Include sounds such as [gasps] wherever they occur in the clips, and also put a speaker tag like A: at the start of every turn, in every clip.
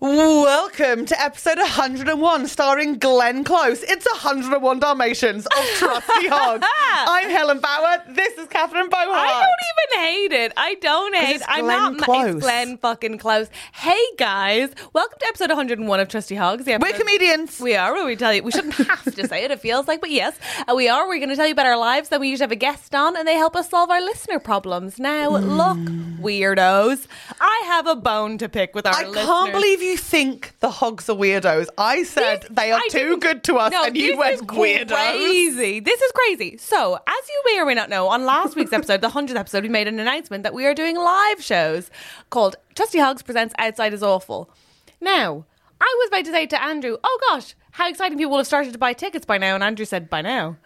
A: Welcome to episode 101, starring Glenn Close. It's 101 Dalmatians of Trusty
B: [laughs]
A: Hog. I'm Helen Bauer. This is Catherine Bohart.
B: I don't even hate it. I don't hate.
A: it's
B: I'm
A: Glenn
B: not. ma-
A: Close.
B: It's Glenn fucking close. Hey guys, welcome to episode 101 of Trusty Hogs. The
A: We're
B: episode-
A: comedians.
B: We are. Where we tell you
A: [laughs]
B: we shouldn't have to say it. It feels like, but yes, uh, we are. We're going to tell you about our lives. Then we usually have a guest on, and they help us solve our listener problems. Now, look, weirdos, I have a bone to pick with our.
A: I can't
B: listeners.
A: believe you think the hogs are weirdos. I said
B: This-
A: they are
B: I
A: too
B: didn't-
A: good to us,
B: No,
A: and you
B: this
A: went
B: is
A: weirdos.
B: Crazy. This is crazy. So, as you may or may not know, on last week's episode, the hundredth episode, we made an announcement that we are doing live shows called Trusty Hogs Presents Outside is Awful. Now, I was about to say to Andrew, "Oh gosh, how exciting! People will have started to buy tickets by now." And Andrew said, "By now."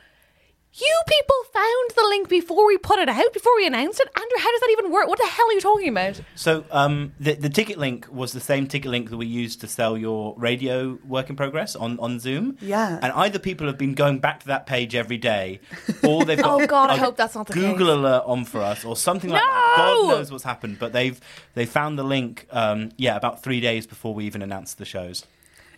B: You people found the link before we put it out, before we announced it. Andrew, how does that even work? What the hell are you talking about?
C: So um, the the ticket link was the same ticket link that we used to sell your radio work in progress on, on Zoom.
A: Yeah.
C: And either people have been going back to that page every day, or
B: [laughs]
C: they've got
B: Oh, God, I
C: a
B: hope that's not the
C: Google
B: case.
C: alert on for us or something like that.
B: No!
C: God knows what's happened, but they've they found the link. Um, yeah, about three days before we even announced the shows.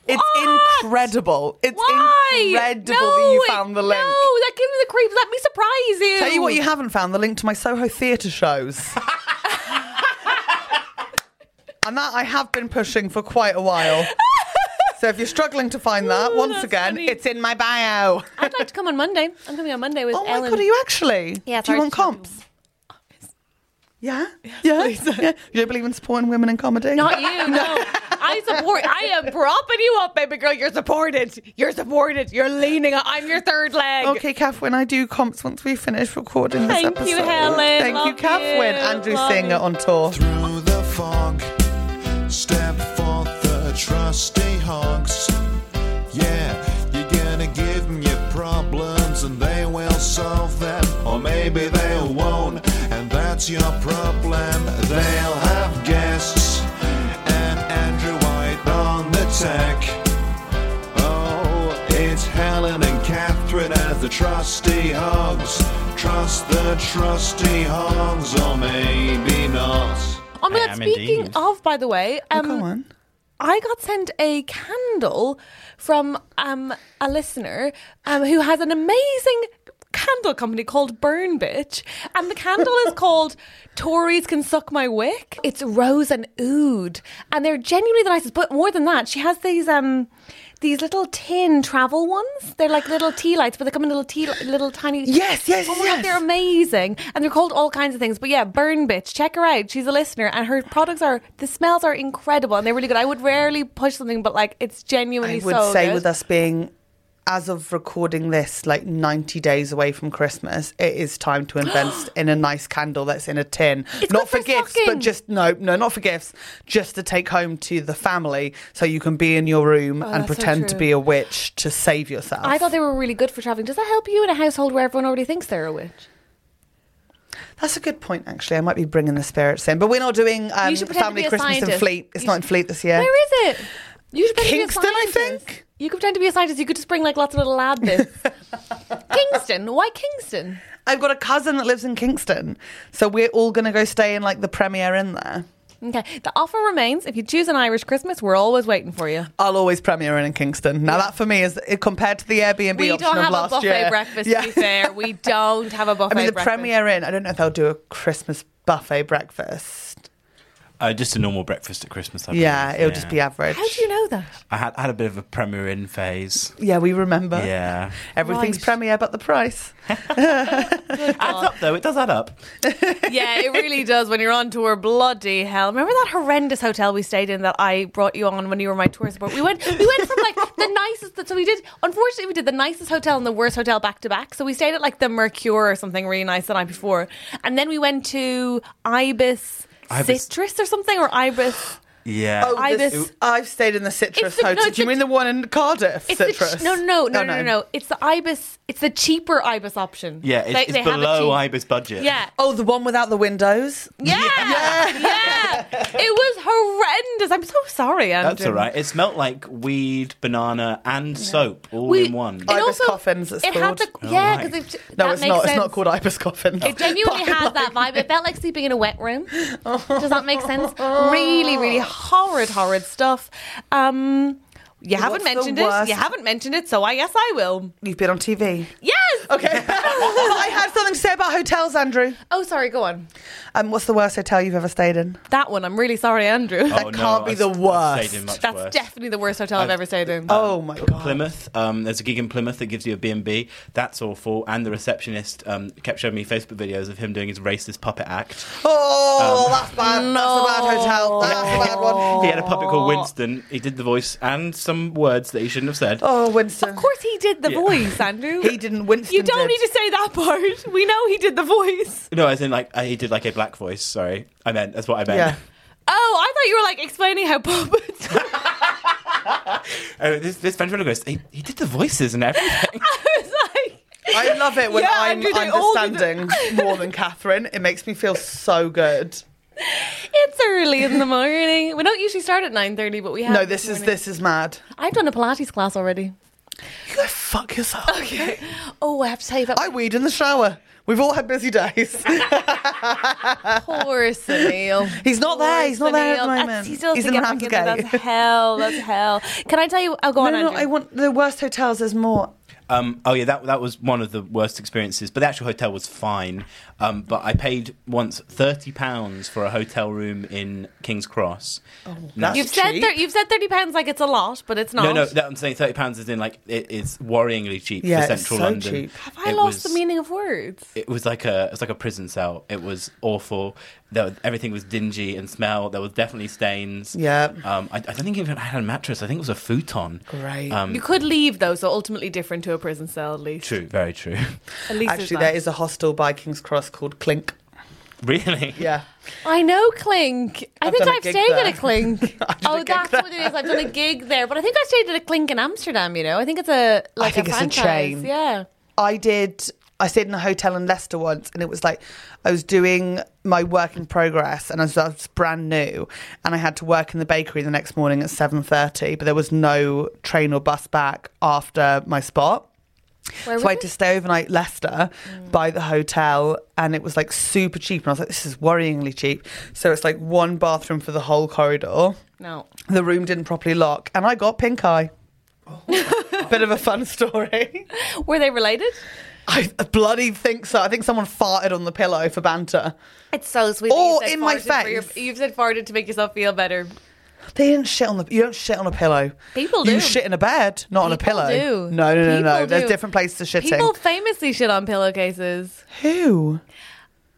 A: It's
B: What?
A: incredible. It's
B: Why?
A: incredible
B: no,
A: that you
B: it-
A: found the link.
B: No, that gives me the creeps. Let me surprise you.
A: Tell you what, you haven't found the link to my Soho theatre shows. and that I have been pushing for quite a while. So if you're struggling to find that,
B: Ooh,
A: once
B: Oh, that's
A: again,
B: funny.
A: it's in my bio.
B: I'd like to come on Monday. I'm coming on Monday with
A: Oh my
B: Ellen.
A: god, are you actually?
B: Yeah,
A: Do you
B: sorry,
A: want
B: it's not
A: comps? Yeah, yeah, yeah. You don't believe in supporting women in comedy?
B: Not you. No. I support. I am propping you up, baby girl. You're supported. You're supported. You're leaning. on- I'm your third
A: [laughs]
B: leg.
A: Okay, Kathleen, I do comps once we finish recording this
B: Thank
A: episode.
B: you, Helen.
A: Thank you,
B: Love you.
A: Kathleen. Andrew
B: Love
A: Singer
B: you.
A: on tour.
D: Through the fog, step forth the trusty hogs. Yeah, you're gonna give 'em your problems and they will solve them. Or maybe they won't, and that's your problem. They'll have guests and Andrew White on the tech. Oh, it's Helen and Catherine as the trusty hogs. Trust the trusty hogs, or maybe not.
B: Oh my
C: I
B: god!
C: am
B: Speaking
C: indeed.
B: of, by the way, um,
A: Come Oh, on.
B: I got sent a candle from um, a listener um, who has an amazing candle company called Burn Bitch. And the candle is called Tories Can Suck My Wick. It's rose and oud. And they're genuinely the nicest. But more than that, she has these um these little tin travel ones. They're like little tea lights, but they come in little tea li- little tiny
A: Yes, yes,
B: Oh my God,
A: yes.
B: they're amazing. And they're called all kinds of things. But yeah, Burn Bitch, check her out. She's a listener and her products are the smells are incredible and they're really good. I would rarely push something, but like it's genuinely
A: I would
B: so
A: say
B: good.
A: with us being as of recording this like 90 days away from christmas it is time to
B: [gasps]
A: invest in a nice candle that's in a tin
B: It's
A: not
B: good for
A: gifts but
B: stocking.
A: just no no not for gifts just to take home to the family so you can be in your room and
B: Oh, that's so
A: pretend to
B: true.
A: be a witch to save yourself
B: I thought they were really good for traveling. Does that help you in a household where everyone already thinks they're a witch?
A: That's a good point, actually. I might be bringing the spirits in, but we're not doing um,
B: You should pretend
A: family
B: to be a
A: Christmas in
B: scientist.
A: Fleet. It's
B: You
A: not in
B: should-
A: Fleet this year.
B: Where is it? You should pretend
A: Kingston,
B: to
A: I
B: be a scientist.
A: think.
B: You could pretend to be a scientist. You could just bring like lots of little
A: [laughs]
B: lab bits. Kingston. Why Kingston?
A: I've got a cousin that lives in Kingston, so we're all going to go stay in like the Premier Inn there.
B: Okay. The offer remains. If you choose an Irish Christmas, we're always waiting for you.
A: I'll always Premier Inn in Kingston. Now that for me is uh, compared to the Airbnb
B: we
A: option
B: don't
A: of
B: have a
A: last
B: buffet
A: year.
B: breakfast.
A: Yeah. [laughs]
B: To be fair, we don't have a buffet.
A: I mean, the
B: breakfast.
A: Premier Inn. I don't know if they'll do a Christmas buffet breakfast.
C: Uh, just a normal breakfast at Christmas. I
A: Yeah,
C: believe.
A: it'll just be average.
B: How do you know that?
C: I had, I had a bit of a Premier Inn
B: [laughs]
C: phase.
A: Yeah, we remember.
C: Yeah.
A: Everything's
B: Right.
A: Premier but the price.
C: Adds up though, it does add up.
B: [laughs] yeah, it really does. When you're on tour, bloody hell! Remember that horrendous hotel we stayed in that I brought you on when you were my tour support? We went, we went from like the nicest. So we did. Unfortunately, we did the nicest hotel and the worst hotel back to back. So we stayed at like the Mercure or something really nice the night before, and then we went to Ibis,
C: Ibis.
B: Citrus or something or Ibis.
C: Yeah.
A: Oh,
B: Ibis-
A: this- I've stayed in the Citrus
B: It's the- no,
A: Hotel.
B: it's
A: do you
B: the-
A: mean the one in Cardiff,
B: It's
A: Citrus?
B: The, ch- no, no, no,
A: Oh,
B: no, no, no, It's the Ibis. It's the cheaper Ibis option.
C: yeah, it's, it's
B: have a
C: below
B: cheap-
C: Ibis budget.
B: Yeah.
A: Oh, the one without the windows?
B: Yeah. Yeah. It was horrendous. I'm so sorry, Andrew.
C: That's all right. It smelt like weed, banana, and soap all in one.
B: it
A: Ibis coffins, it's
B: it had
A: called.
B: the
C: Oh,
B: yeah,
C: right.
B: because it
A: No,
B: that
A: it's
B: makes
A: not.
B: Sense.
A: It's not called Ibis Coffin.
B: It genuinely
A: [laughs] But I
B: had that
A: like
B: vibe. It felt like sleeping in a wet [laughs] room. Does that make sense? Really, really horrid, horrid stuff. Um, you haven't
A: What's the
B: mentioned it.
A: worst-
B: You haven't mentioned it, so I guess I will.
A: You've been on
B: [laughs]
A: TV.
B: Yes.
A: Okay. [laughs] I had something to say about hotels, Andrew.
B: Oh, sorry. Go on.
A: Um, what's the worst hotel you've ever stayed in?
B: That one. I'm really sorry, Andrew.
C: Oh,
A: that can't be
C: I've-
A: the
C: I've stayed in
A: worst.
C: much
B: That's
C: worse.
B: definitely the worst hotel I've, ever stayed in.
A: Oh my god.
C: Plymouth. Um, there's a gig in Plymouth that gives you a B&B. That's awful. And the receptionist um, kept showing me Facebook videos of him doing his racist puppet act.
A: Oh, that's bad. That's a bad hotel. That's a bad one.
C: He had a puppet called Winston. He did the voice and some words that he shouldn't have said.
A: Oh, Winston.
B: Of course, he did the
C: Yeah.
B: voice, Andrew.
A: He didn't. Winston.
B: You
A: did.
B: don't need to say that part. We know he did the voice.
C: No, as in like uh, he did like a black voice. Sorry, I meant that's what I meant.
A: Yeah.
B: Oh, I thought you were like explaining how puppets.
C: [laughs] Oh, this, this ventriloquist, he, he did the voices and everything.
B: I [laughs] was like,
A: I love it when
B: Yeah,
A: I'm
B: Andrew, they all did it.
A: understanding more than Catherine. It makes me feel so good.
B: it's early in the morning. We don't usually start at nine thirty, but we have.
A: No, this is
B: morning.
A: this is mad.
B: I've done a Pilates class already.
A: You go fuck yourself. Okay.
B: Oh, I have to tell you about
A: I weed in the shower. We've all had busy
B: [laughs]
A: days. [laughs]
B: poor Sunil.
A: He's not there. He's not there at the
B: Sunil.
A: moment.
B: That's- He still has
A: He's
B: to
A: in
B: get
A: Ramsgate.
B: back in there.
A: [laughs]
B: That's hell. That's hell. Can I tell you? I'll go
A: no,
B: on.
A: no,
B: Andrew.
A: I want the worst hotels. There's more.
C: Um, oh yeah, that that was one of the worst experiences. But the actual hotel was fine. Um, but I paid once thirty pounds for a hotel room in King's Cross. Now-
A: Oh, that's
B: You've said
A: cheap.
B: thir- you've said thirty pounds like it's a lot, but it's not.
C: no, no, that, I'm saying thirty pounds is in like it is worryingly cheap
A: Yeah,
C: for
A: it's
C: central
A: so
C: London.
A: cheap.
B: Have I
C: It was-
B: lost the meaning of words?
C: It was like a it was like a prison cell. It was awful. There, was- everything was dingy and smell. There was definitely stains.
A: Yeah.
C: Um, I, I don't think even I had a mattress. I think it was a futon.
A: Great.
C: Um,
B: You could leave though, so ultimately different to a prison cell, at least.
C: True. Very true. [laughs]
B: At
A: Actually,
B: least there's
A: there
B: that.
A: is a hostel by King's Cross called Clink.
C: really.
A: Yeah.
B: I know Clink. I
A: I've
B: think
A: done a
B: I've
A: gig
B: stayed
A: there.
B: at
A: [laughs]
B: a Clink.
A: I did a
B: oh,
A: gig
B: that's
A: there.
B: what it is. I've done a gig there, but I think I stayed at a Clink in Amsterdam. You know, I think it's a like
A: think
B: a
A: it's a
B: franchise.
A: chain.
B: Yeah.
A: I did. I stayed in a hotel in Leicester once, and it was like I was doing my work in progress, and I was, I was brand new, and I had to work in the bakery the next morning at seven thirty. But there was no train or bus back after my spot, so
B: Where was Mm.
A: I had to stay overnight Leicester by the hotel, and it was like super cheap. And I was like, "This is worryingly cheap." So it's like one bathroom for the whole corridor.
B: No.
A: The room didn't properly lock, and I got pink eye. [laughs] Bit of a fun story.
B: Were they related?
A: I bloody think so. I think someone farted on the pillow for banter.
B: It's so sweet. that
A: Oh,
B: you said
A: in my
B: farted for your-
A: face.
B: you've said farted to make yourself feel better.
A: They didn't shit on the. You don't shit on a pillow.
B: People
A: You
B: do.
A: shit in a bed, not on a
B: People
A: pillow.
B: do.
A: No, no, no, no.
B: People
A: There's
B: do.
A: different places to shitting.
B: People famously shit on pillowcases.
A: Who?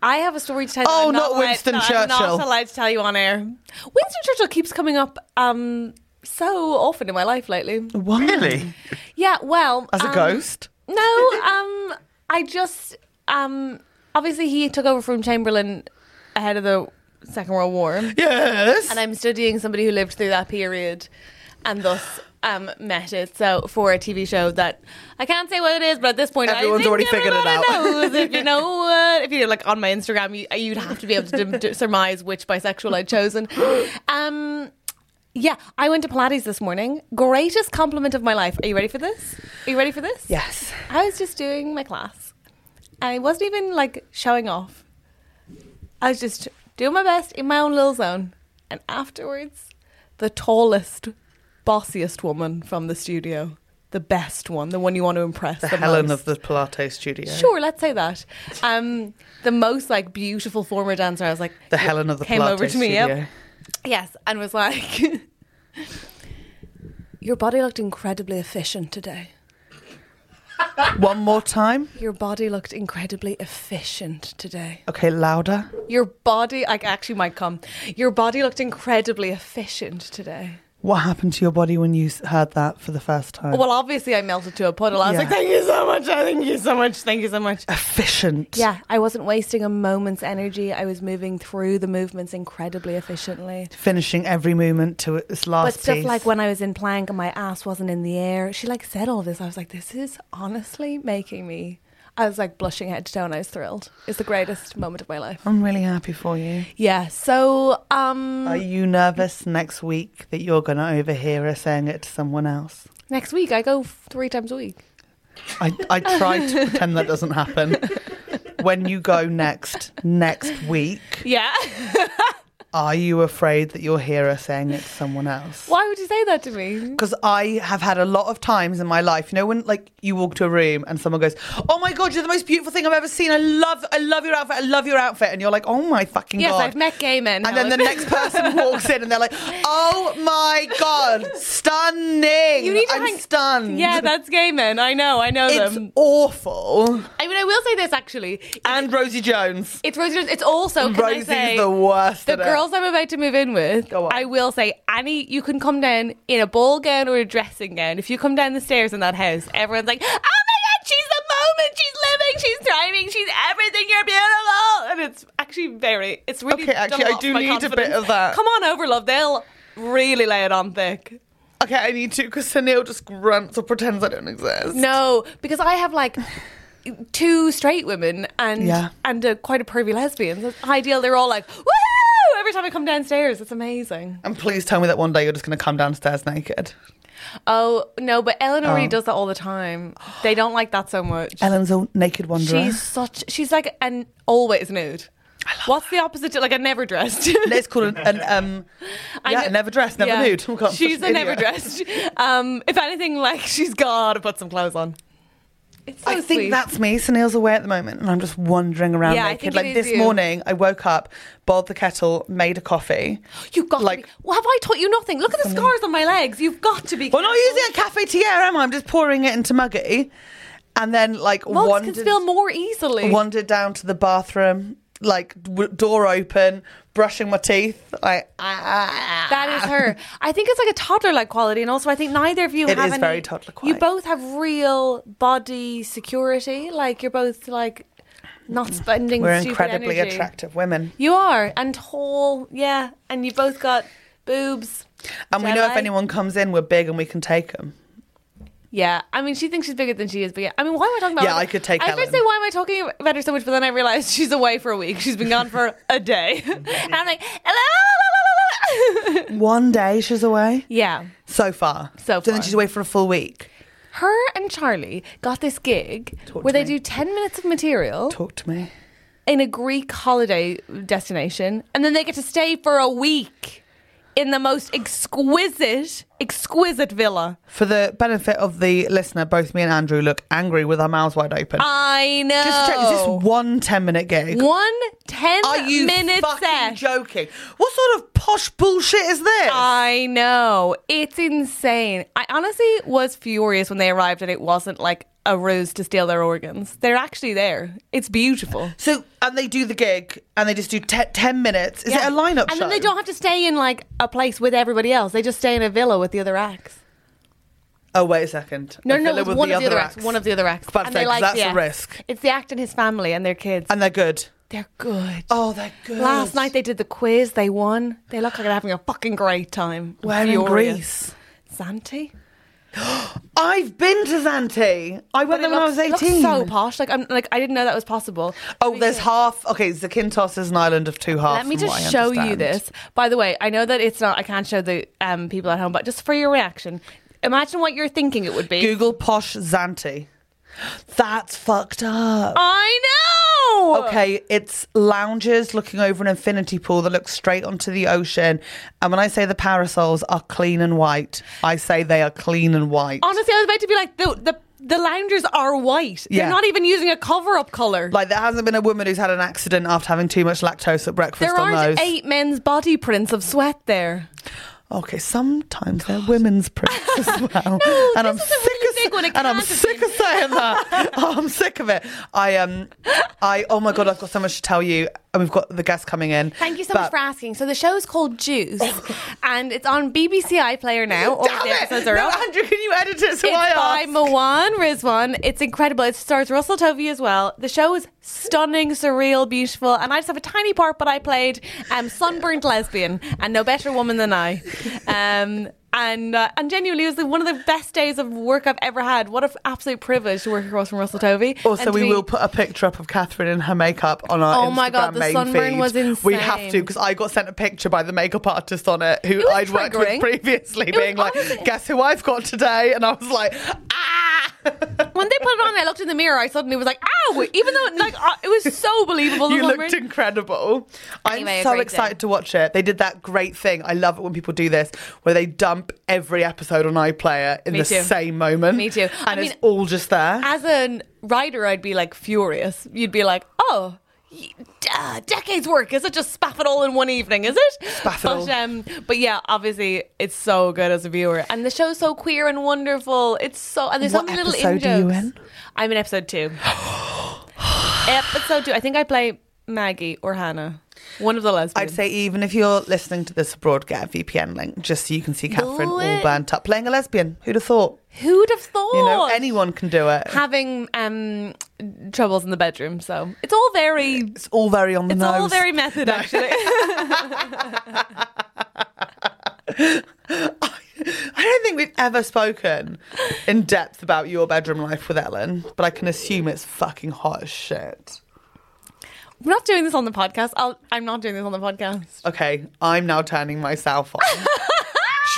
B: I have a story to tell.
A: Oh,
B: you. I'm
A: not
B: allowed-
A: Winston
B: that I'm
A: Churchill.
B: not allowed to tell you on air. Winston Churchill keeps coming up um, so often in my life lately.
A: Why? Really?
B: Yeah, well,
A: As a
B: um,
A: ghost?
B: No, um, I just um, obviously he took over from Chamberlain ahead of the Second World War,
A: Yes.
B: and I'm studying somebody who lived through that period. and thus um, met it. So for a TV show that I can't say what it is, but at this point,
A: Everyone's
B: I think
A: already figured it
B: everybody
A: out.
B: Knows.
A: [laughs]
B: If you know, uh, if you're like on my Instagram, you, you'd have to be able to dim- d- surmise which bisexual
A: [gasps]
B: I'd chosen. Um, yeah, I went to Pilates this morning. Greatest compliment of my life. Are you ready for this? Are you ready for this?
A: Yes.
B: I was just doing my class. I wasn't even like showing off. I was just doing my best in my own little zone. And afterwards, the tallest, bossiest woman from the studio, the best one, the one you want to impress.
A: The Helen
B: most.
A: of the Pilates studio.
B: Sure, let's say that. Um, the most like beautiful former dancer. I was like
A: The Helen of the
B: came
A: Pilates
B: over to me.
A: studio.
B: Yep. Yes, and was like, [laughs] "Your body looked incredibly efficient today.
A: One more time.
B: Your body looked incredibly efficient today.
A: Okay, louder.
B: Your body, I actually might come. Your body looked incredibly efficient today.
A: What happened to your body when you s- heard that for the first time?
B: Well, obviously, I melted to a puddle. I was
A: Yeah.
B: like, "Thank you so much. I thank you so much. Thank you so much."
A: efficient.
B: Yeah, I wasn't wasting a moment's energy. I was moving through the movements incredibly efficiently.
A: Finishing every movement to its last
B: But stuff
A: piece.
B: like when I was in plank and my ass wasn't in the air, she like said all this. I was like, this is honestly making me. I was like blushing head to toe and I was thrilled. It's the greatest moment of my life.
A: I'm really happy for you.
B: Yeah. So, um,
A: Are you nervous next week that you're going to overhear her saying it to someone else?
B: next week I go f- three times a week.
A: I, I try to pretend that doesn't happen. When you go next, next week,
B: Yeah.
A: are you afraid that you'll hear her saying it to someone else?
B: [laughs] Why would you say that to me?
A: Because I have had a lot of times in my life, you know, when like you walk to a room and someone goes, "Oh my god, you're the most beautiful thing I've ever seen. I love, I love your outfit. I love your outfit," and you're like, "Oh my fucking
B: Yes,
A: god!"
B: I've met gay men.
A: And then the
B: Helen.
A: next
B: [laughs]
A: person walks in and they're like, "Oh my god, stunning!
B: You need to
A: I'm
B: hang- [laughs]
A: stunned.
B: Yeah, that's gay men. I know. I know
A: it's
B: them.
A: awful."
B: I mean, I will say this actually.
A: And Rosie Jones.
B: It's Rosie. Jones. It's also can I
A: Rosie's
B: say,
A: the worst.
B: The
A: at it.
B: girls I'm about to move in with,
A: Go on.
B: I will say, Annie, you can come down in a ball gown or a dressing gown. If you come down the stairs in that house, everyone's like, oh my God, she's the moment. She's living. She's thriving. She's everything. You're beautiful. And it's actually very, it's really.
A: Okay, actually,
B: done
A: I
B: off
A: do
B: my
A: need a bit
B: confidence.
A: of that.
B: Come on over, love. They'll really lay it on thick.
A: Okay, I need to because Sunil just grunts or pretends I don't exist.
B: [laughs] No, because I have like. Two straight women and
A: Yeah.
B: and a, quite a pervy lesbian. So it's ideal. They're all like, woohoo! Every time I come downstairs, it's amazing.
A: And please tell me that one day you're just going to come downstairs naked.
B: Oh no, but Ellen already
A: Oh.
B: does that all the time. They don't like that so much.
A: Ellen's a naked wanderer.
B: she's such. She's like an always nude. What's the opposite to like a never [laughs] dressed?
A: Let's call it an um.
B: I
A: yeah,
B: kn-
A: never dressed, never
B: Yeah.
A: nude. Oh, God, I'm
B: she's
A: such
B: a
A: an
B: never
A: idiot.
B: dressed. Um, if anything, like she's gotta put some clothes on. It's [laughs] so
A: I think
B: sweet.
A: that's me. Sunil's away at the moment, and I'm just wandering around
B: Yeah, I
A: naked.
B: think it
A: like
B: is
A: this
B: you.
A: morning, I woke up, boiled the kettle, made a coffee.
B: You've got
A: like-
B: to be. Well, have I taught you nothing? Look at the scars on my legs. You've got to be.
A: Well, not
B: careful.
A: using a cafe tiara, am I? I'm just pouring it into muggy, and then like
B: Mugs
A: wandered,
B: can spill more easily.
A: wandered down to the bathroom, like w- door open, brushing my teeth. Like ah,
B: That is her. I think it's like a toddler like quality, and also I think neither of you
A: It
B: have
A: is
B: any.
A: very toddler-like.
B: You both have real body security. Like you're both like not spending.
A: [laughs] Mm. We're
B: stupid
A: incredibly
B: energy.
A: attractive women.
B: You are, and tall. Yeah, and you both got boobs.
A: And we
B: which I
A: know if
B: like.
A: anyone comes in, we're big and we can take them.
B: Yeah, I mean, she thinks she's bigger than she is, but yeah, I mean, why am I talking about?
A: Yeah,
B: her?
A: I could take
B: I was going to
A: Helen.
B: say, why am I talking about her so much? But then I realized she's away for a week. She's been gone for a day, [laughs] and I'm like, hello. la, la, la, la, [laughs] la."
A: One day she's away.
B: yeah.
A: So far.
B: So
A: then
B: far.
A: she's away for a full week.
B: her and Charlie got this gig
A: Talk
B: where
A: to
B: they
A: me.
B: do 10 minutes of material
A: Talk to me.
B: in a Greek holiday destination, and then they get to stay for a week in the most exquisite, exquisite villa.
A: For the benefit of the listener, both me and Andrew look angry with our mouths wide open.
B: I know.
A: Just to check, is this one 10 minute gig?
B: one 10
A: Are you
B: minute
A: fucking
B: set?
A: joking? What sort of posh bullshit is this?
B: I know. It's insane. I honestly was furious when they arrived and it wasn't like a ruse to steal their organs. They're actually there. It's beautiful.
A: so, and they do the gig and they just do te- 10 minutes. Is
B: Yeah.
A: it a lineup
B: and
A: show?
B: then they don't have to stay in like a place with everybody else. They just stay in a villa with the other acts.
A: Oh, wait a second.
B: No,
A: A
B: no,
A: villa
B: it's
A: with
B: one of the other acts. One of the other acts.
A: About to
B: and
A: say,
B: they
A: 'cause
B: like
A: that's
B: the
A: a
B: act.
A: risk.
B: It's the act and his family and their kids.
A: And they're good.
B: they're good.
A: Oh, they're good.
B: Last night they did the quiz. They won. They look like they're having a fucking great time. I'm
A: Where in
B: furious.
A: Greece?
B: Zanti.
A: I've been to Zante. I went there
B: But
A: when
B: it looks-
A: I was
B: looks
A: 18.
B: so posh. Like I'm like I didn't know that was possible.
A: Oh, there's half. Okay, Zakynthos is an island of two halves.
B: Let me
A: from
B: just
A: what I
B: show you
A: understand.
B: this. By the way, I know that it's not. I can't show the um, people at home, but just for your reaction, imagine what you're thinking it would be.
A: Google posh Zante. That's fucked up.
B: I know.
A: Okay, it's lounges looking over an infinity pool that looks straight onto the ocean. And when I say the parasols are clean and white, I say they are clean and white.
B: Honestly, I was about to be like the the, the loungers are white.
A: Yeah.
B: They're not even using a cover up color.
A: Like there hasn't been a woman who's had an accident after having too much lactose at breakfast
B: there
A: on
B: aren't
A: those.
B: eight men's body prints of sweat there.
A: Okay, sometimes they're women's prints
B: [laughs]
A: as well.
B: No,
A: and
B: this
A: I'm
B: is a
A: sick
B: really
A: of
B: big one. It
A: and I'm
B: can't have
A: sick
B: been.
A: of saying
B: [laughs]
A: that. Oh, I'm sick of it. I um I oh my god, I've got so much to tell you. And we've got the guests coming in.
B: Thank you so much
A: But-
B: for asking. So the show is
A: [laughs]
B: called Juice, and it's on BBC iPlayer now. All
A: Damn
B: the episodes
A: it!
B: are
A: No,
B: up.
A: Andrew, can you edit it so
B: It's
A: I
B: by
A: ask?
B: Mawan Rizwan. It's incredible. It stars Russell Tovey as well. The show is stunning, surreal, beautiful, and I just have a tiny part, but I played um, sunburnt lesbian, and no better woman than I. Um, and uh, and genuinely, it was one of the best days of work I've ever had. What an absolute privilege to work across from Russell Tovey.
A: Also,
B: and to
A: Oh, we
B: be-
A: will put a picture up of Catherine in her makeup on our
B: Oh my God,
A: Instagram
B: the
A: main
B: sunburn
A: feed.
B: was
A: We have to
B: insane.
A: because I got sent a picture by the makeup artist on it who
B: It was
A: I'd worked with
B: triggering.
A: previously,
B: It was
A: being like,
B: honestly-
A: "Guess who I've got today?" And I was like, "Ah!"
B: When they put it on, I looked in the mirror. I suddenly was like, "Ow!" Even though, like, uh, it was so believable. the
A: you
B: sunburn.
A: looked incredible.
B: Anyway,
A: I'm
B: a
A: so
B: great
A: excited
B: day.
A: to watch it. They did that great thing. I love it when people do this, where they dump every episode on iPlayer in
B: Me
A: the
B: too.
A: same moment.
B: Me too.
A: And
B: I
A: it's
B: mean-
A: all just there.
B: as a writer, I'd be like furious. You'd be like, oh. y- Uh, decades work is it just spaff it all in one evening is it
A: Spaff it all.
B: but, um, but yeah obviously it's so good as a viewer and the show's so queer and wonderful it's so and there's
A: What
B: so many little in
A: episode are you
B: jokes
A: in?
B: I'm in
A: [gasps]
B: episode two episode two I think I play Maggie or Hannah one of the lesbians
A: I'd say even if you're listening to this abroad, get a VPN link just so you can see Catherine
B: Do
A: all
B: it.
A: burnt up playing a lesbian. Who'd have thought?
B: who'd have thought
A: You know, anyone can do it.
B: having um, troubles in the bedroom so it's all very
A: It's all very on the
B: It's
A: nose.
B: all very method, actually.
A: [laughs] I don't think we've ever spoken in depth about your bedroom life with Ellen, but I can assume it's fucking hot as shit.
B: We're not doing this on the podcast. I'll, I'm not doing this on the podcast.
A: Okay, I'm now turning myself
B: [laughs]
A: on.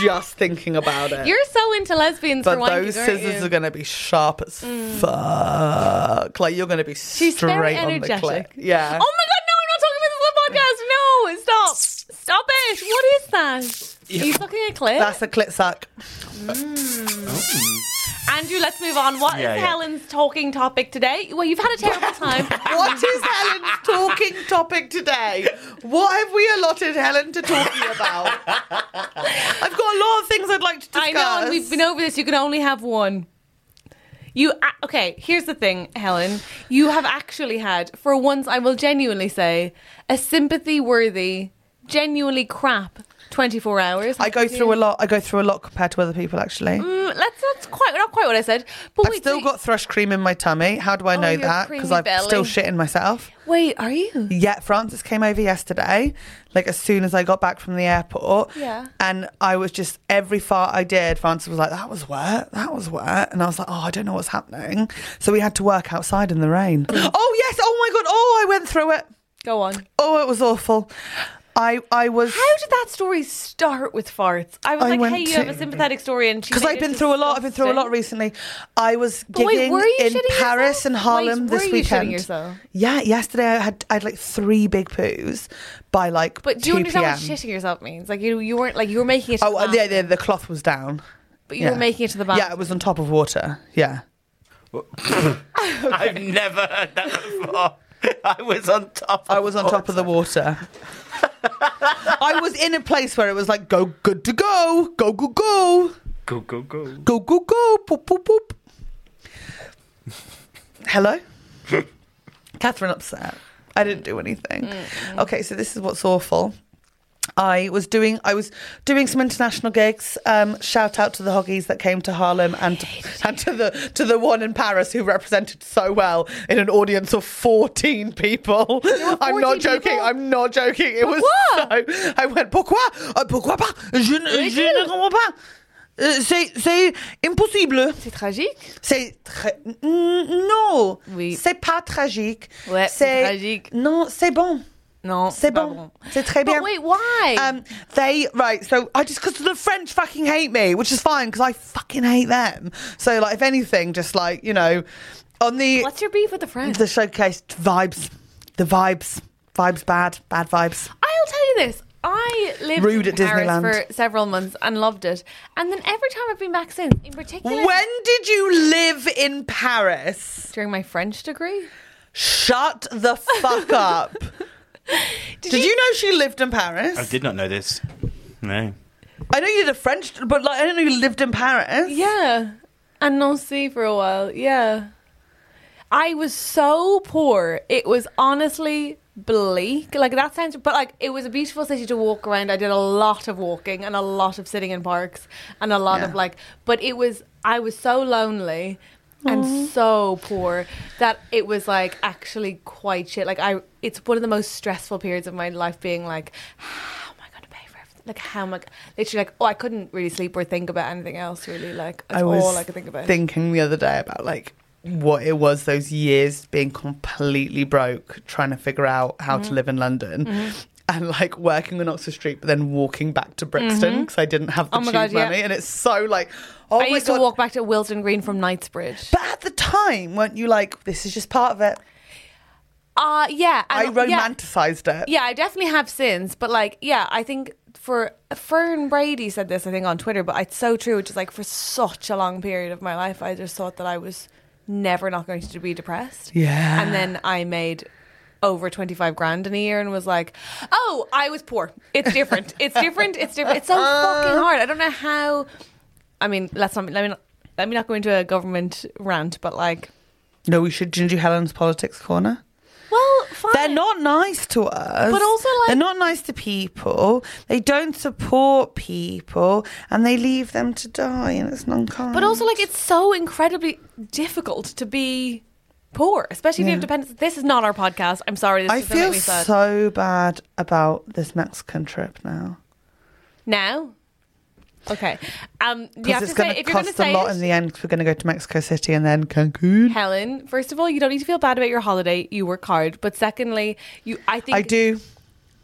A: just thinking about it.
B: You're so into lesbians
A: but
B: for one
A: those scissors are going to be sharp as fuck. Like you're going to be
B: Mm. She's
A: straight
B: very
A: on the
B: energetic.
A: click. Yeah.
B: Oh my god, no! I'm not talking about this on the podcast. No, stop, stop it. What is that? Are you fucking a clip?
A: That's a clit suck.
B: Andrew, let's move on. What is
C: Yeah, yeah.
B: Helen's talking topic today? Well, you've had a terrible
A: [laughs]
B: time.
A: What is Helen's talking topic today? What have we allotted Helen to talking about? I've got a lot of things I'd like to discuss.
B: I know, and we've been over this. You can only have one. You a- okay? Here's the thing, Helen. You have actually had, for once, I will genuinely say, a sympathy-worthy, genuinely crap twenty-four hours.
A: I go through a lot. I go through a lot compared to other people, actually.
B: Mm, That's that's quite not quite what I said. But
A: I've
B: wait,
A: still
B: wait,
A: got thrush cream in my tummy. How do I know
B: Oh, your
A: that? Because
B: creamy
A: I'm still
B: belly.
A: shitting myself.
B: wait. Are you?
A: Yeah, Francis came over yesterday, like as soon as I got back from the airport.
B: Yeah.
A: And I was just, every fart I did, Francis was like, that was wet, that was wet. And I was like, oh, I don't know what's happening. So we had to work outside in the rain.
B: Mm.
A: oh, yes. Oh, my God. Oh, I went through it.
B: Go on.
A: Oh, it was awful. I, I was.
B: How did that story start with farts? I was
A: I
B: like,
A: went
B: hey, you
A: to-
B: have a sympathetic story, and
A: because I've been through a lot. I've been through a lot recently. I was
B: But wait,
A: gigging
B: were you
A: in
B: shitting
A: Paris
B: yourself?
A: and Harlem
B: Wait,
A: this
B: were you shitting
A: weekend.
B: yourself?
A: Yeah, yesterday I had I had like three big poos by like
B: But
A: 2
B: do you understand
A: p.m.
B: what shitting yourself means? Like you, you weren't like you were making it. To
A: Oh,
B: the
A: uh, yeah,
B: bathroom,
A: yeah, the cloth was down.
B: But you
A: yeah.
B: were making it to the bathroom.
A: Yeah, it was on top of water. Yeah.
C: I've never heard that before. [laughs] I was on top. Of
A: I was on top of the water. I was in a place where it was like, go, good to go, go, go, go,
C: Go go go.
A: go, go, go, poop, poop, poop.
C: [laughs]
A: Hello? Catherine upset. I didn't do anything. Okay, so this is what's awful. I was doing I was doing some international gigs. Um, shout out to the hoggies that came to Harlem and and to the to the one in Paris who represented so well in an audience of fourteen people. I'm not
B: 14
A: joking.
B: people?
A: I'm not joking. It was
B: Pourquoi?
A: Euh, so I went pourquoi Uh, pourquoi pas je ne je ne comprends pas. Euh, c'est, c'est impossible.
B: C'est tragique.
A: C'est très- Mm, non.
B: Oui.
A: C'est pas tragique.
B: Ouais, c'est tragique.
A: Non, c'est bon.
B: Non,
A: C'est
B: pas
A: bon. C'est très
B: But
A: bien.
B: wait, why?
A: Um, they right. So I just because the French fucking hate me, which is fine because I fucking hate them. So like, if anything, just like you know, on the
B: What's your beef with the French?
A: the showcase vibes, the vibes, vibes bad, bad vibes.
B: I'll tell you this. I lived
A: Rude
B: in
A: at
B: Paris
A: Disneyland.
B: for several months and loved it. And then every time I've been back since, in particular
A: When did you live in Paris?
B: during my French degree,
A: Shut the
B: [laughs]
A: fuck up. Did, you know she lived in Paris?
C: I did not know this. No.
A: I know you did a French, but like I didn't know you lived in Paris.
B: Yeah. And Nancy for a while. Yeah. I was so poor. It was honestly bleak. Like that sounds but like it was a beautiful city to walk around. I did a lot of walking and a lot of sitting in parks and a lot of
A: Yeah.
B: like but it was I was so lonely and so poor that it was like actually quite shit. Like I it's one of the most stressful periods of my life being like how am I going to pay for everything? Like how am I literally like oh I couldn't really sleep or think about anything else really like that's
A: I was
B: all I could think about.
A: thinking the other day about like what it was those years being completely broke, trying to figure out how
B: Mm-hmm.
A: to live in London. And like working on Oxford Street, but then walking back to Brixton because I didn't have the
B: Oh my
A: tube
B: God, yeah.
A: money, and it's so like, oh
B: I
A: my
B: used
A: god!
B: to walk back to Wilton Green from Knightsbridge.
A: but at the time, weren't you like, this is just part of it?
B: Uh yeah,
A: I
B: and- yeah.
A: romanticized it.
B: Yeah, I definitely have since, but like, yeah, I think for Fern Brady said this, I think on Twitter, but it's so true. Which is like for such a long period of my life, I just thought that I was never not going to be depressed.
A: Yeah.
B: and then I made over twenty five grand in a year and was like, oh, I was poor. It's
A: [laughs]
B: different. It's different. It's different. It's so fucking hard. I don't know how. I mean, let's not. Let me not. Let me not go into a government rant, but like,
A: No, we should do Helen's politics corner.
B: well, fine.
A: They're not nice to us.
B: But also, like-
A: they're not nice to people. They don't support people, and they leave them to die, and it's non kind.
B: But also, like, it's so incredibly difficult to be poor, especially if you have dependents. This is not our podcast. I'm sorry. This
A: I
B: is gonna make
A: feel
B: me sad.
A: so bad about this Mexican trip now
B: now. Okay. Um, you
A: because
B: have to
A: it's
B: say
A: going
B: if
A: to
B: you're going to
A: cost a
B: say
A: lot
B: it,
A: in the end. Because we're going to go to Mexico City and then Cancun.
B: Helen. First of all, you don't need to feel bad about your holiday. You work hard. But secondly, you. I think
A: I do.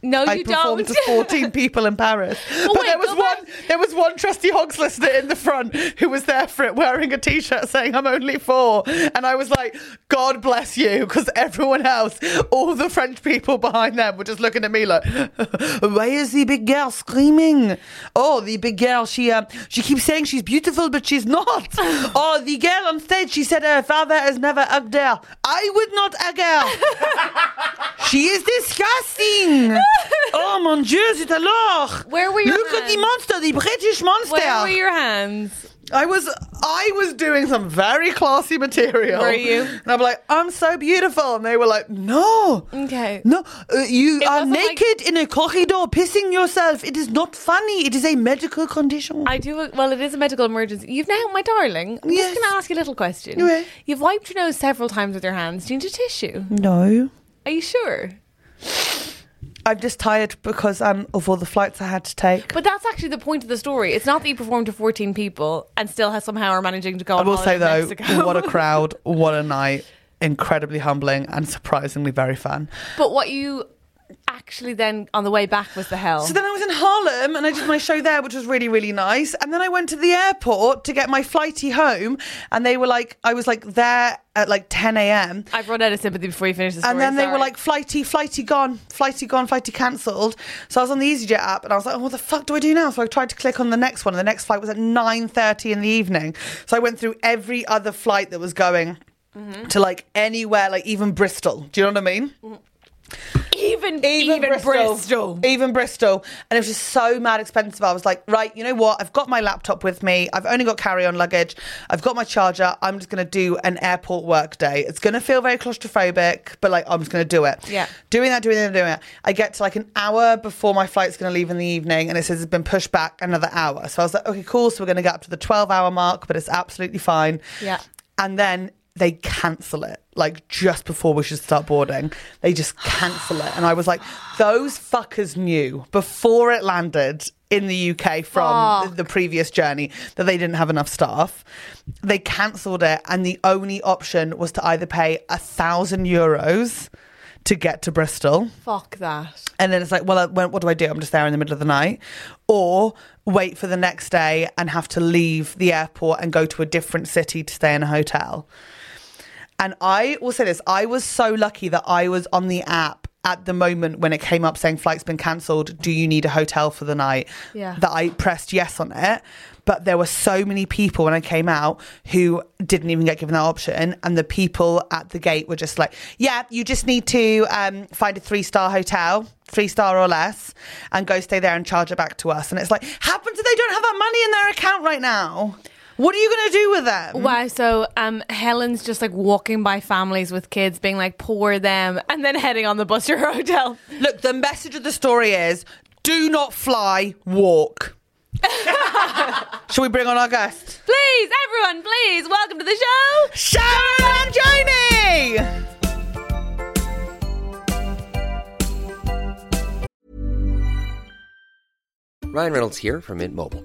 B: No,
A: I
B: you
A: performed
B: don't.
A: to
B: [laughs]
A: 14 people in Paris. but
B: wait,
A: there was
B: go
A: one
B: back.
A: there was one trusty hogs listener in the front who was there for it wearing a t-shirt saying I'm only four. And I was like, God bless you, because everyone else, all the French people behind them were just looking at me like [laughs] Why is the big girl screaming? Oh, the big girl, she um, she keeps saying she's beautiful, but she's
B: [laughs]
A: not. oh, the girl on stage, she said her father has never hugged her. I would not hug
B: [laughs]
A: her. She is disgusting! oh mon dieu, c'est alors!
B: Where were your
A: Look at the
B: hands?
A: monster, the British monster!
B: Where were your hands?
A: I was I was doing some very classy material.
B: Were you?
A: And I'm like, I'm so beautiful, and they were like, No,
B: Okay.
A: no, uh, you are
B: wasn't like-
A: naked in a corridor, pissing yourself. It is not funny. It is a medical condition.
B: I do. Well, it is a medical emergency. You've now, my darling. I'm
A: Yes.
B: just going to ask you a little question.
A: Okay.
B: You've wiped your nose several times with your hands. Do you need a tissue?
A: Mm. no.
B: Are you sure?
A: I'm just tired because um, of all the flights I had to take.
B: But that's actually the point of the story. It's not that you performed to 14 people and still has somehow are managing to go.
A: I will say though,
B: Mexico. [laughs]
A: what a crowd, what a night. Incredibly humbling and surprisingly very fun.
B: but what you actually then on the way back was the hell.
A: So then I was in Harlem and I did my show there, which was really, really nice. And then I went to the airport to get my flighty home. And they were like, I was like there at like 10 a.m.
B: I've run out of sympathy before you finish the story.
A: And then they were
B: sorry.
A: like, flighty, flighty gone, flighty gone, flighty cancelled. So I was on the EasyJet app and I was like, oh, what the fuck do I do now? So I tried to click on the next one. And the next flight was at 9.30 in the evening. So I went through every other flight that was going
B: Mm-hmm.
A: to like anywhere, like even Bristol. Do you know what I mean?
B: even even, Bristol.
A: Even Bristol. And it was just so mad expensive. I was like, right, you know what? I've got my laptop with me. I've only got carry on luggage. I've got my charger. I'm just going to do an airport work day. It's going to feel very claustrophobic, but like, I'm just going to do it.
B: Yeah.
A: Doing that, doing that, doing it. I get to like an hour before my flight's going to leave in the evening and it says it's been pushed back another hour. So I was like, okay, cool. So we're going to get up to the 12 hour mark, but it's absolutely fine.
B: Yeah.
A: And then they cancel it like just before we should start boarding. They just cancel it, and I was like, those fuckers knew before it landed in the UK from the previous journey that they didn't have enough staff. They cancelled it, and the only option was to either pay a thousand euros to get to Bristol.
B: Fuck that.
A: And then it's like, well, uh, when, what do I do? I'm just there in the middle of the night. Or wait for the next day and have to leave the airport and go to a different city to stay in a hotel. And I will say this I was so lucky that I was on the app at the moment when it came up saying flight's been cancelled. Do you need a hotel for the night?
B: Yeah.
A: That I pressed yes on it. But there were so many people when I came out who didn't even get given that option. And the people at the gate were just like, yeah, you just need to um, find a three star hotel, three star or less, and go stay there and charge it back to us. And it's like, happens that they don't have that money in their account right now. What are you going to do with them?
B: Wow, so um, Helen's just like walking by families with kids, being like, poor them, and then heading on the bus to her [laughs] hotel.
A: Look, the message of the story is do not fly, walk. Shall we bring on our guest?
B: Please, everyone, please, welcome to the show.
A: Sharon and Joni!
E: Ryan Reynolds here from Mint Mobile.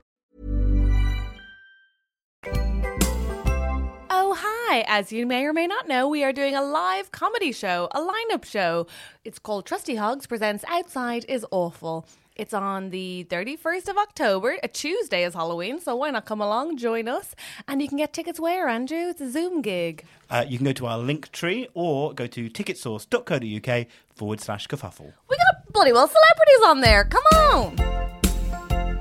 B: Oh, hi. As you may or may not know, we are doing a live comedy show, a lineup show. It's called Trusty Hogs Presents Outside is Awful. It's on the 31st of October. A Tuesday is Halloween, so why not come along, join us? And you can get tickets where, Andrew? It's a Zoom gig.
C: Uh, you can go to our link tree or go to ticketsource.co.uk forward slash kerfuffle.
B: We got bloody well celebrities on there. Come on.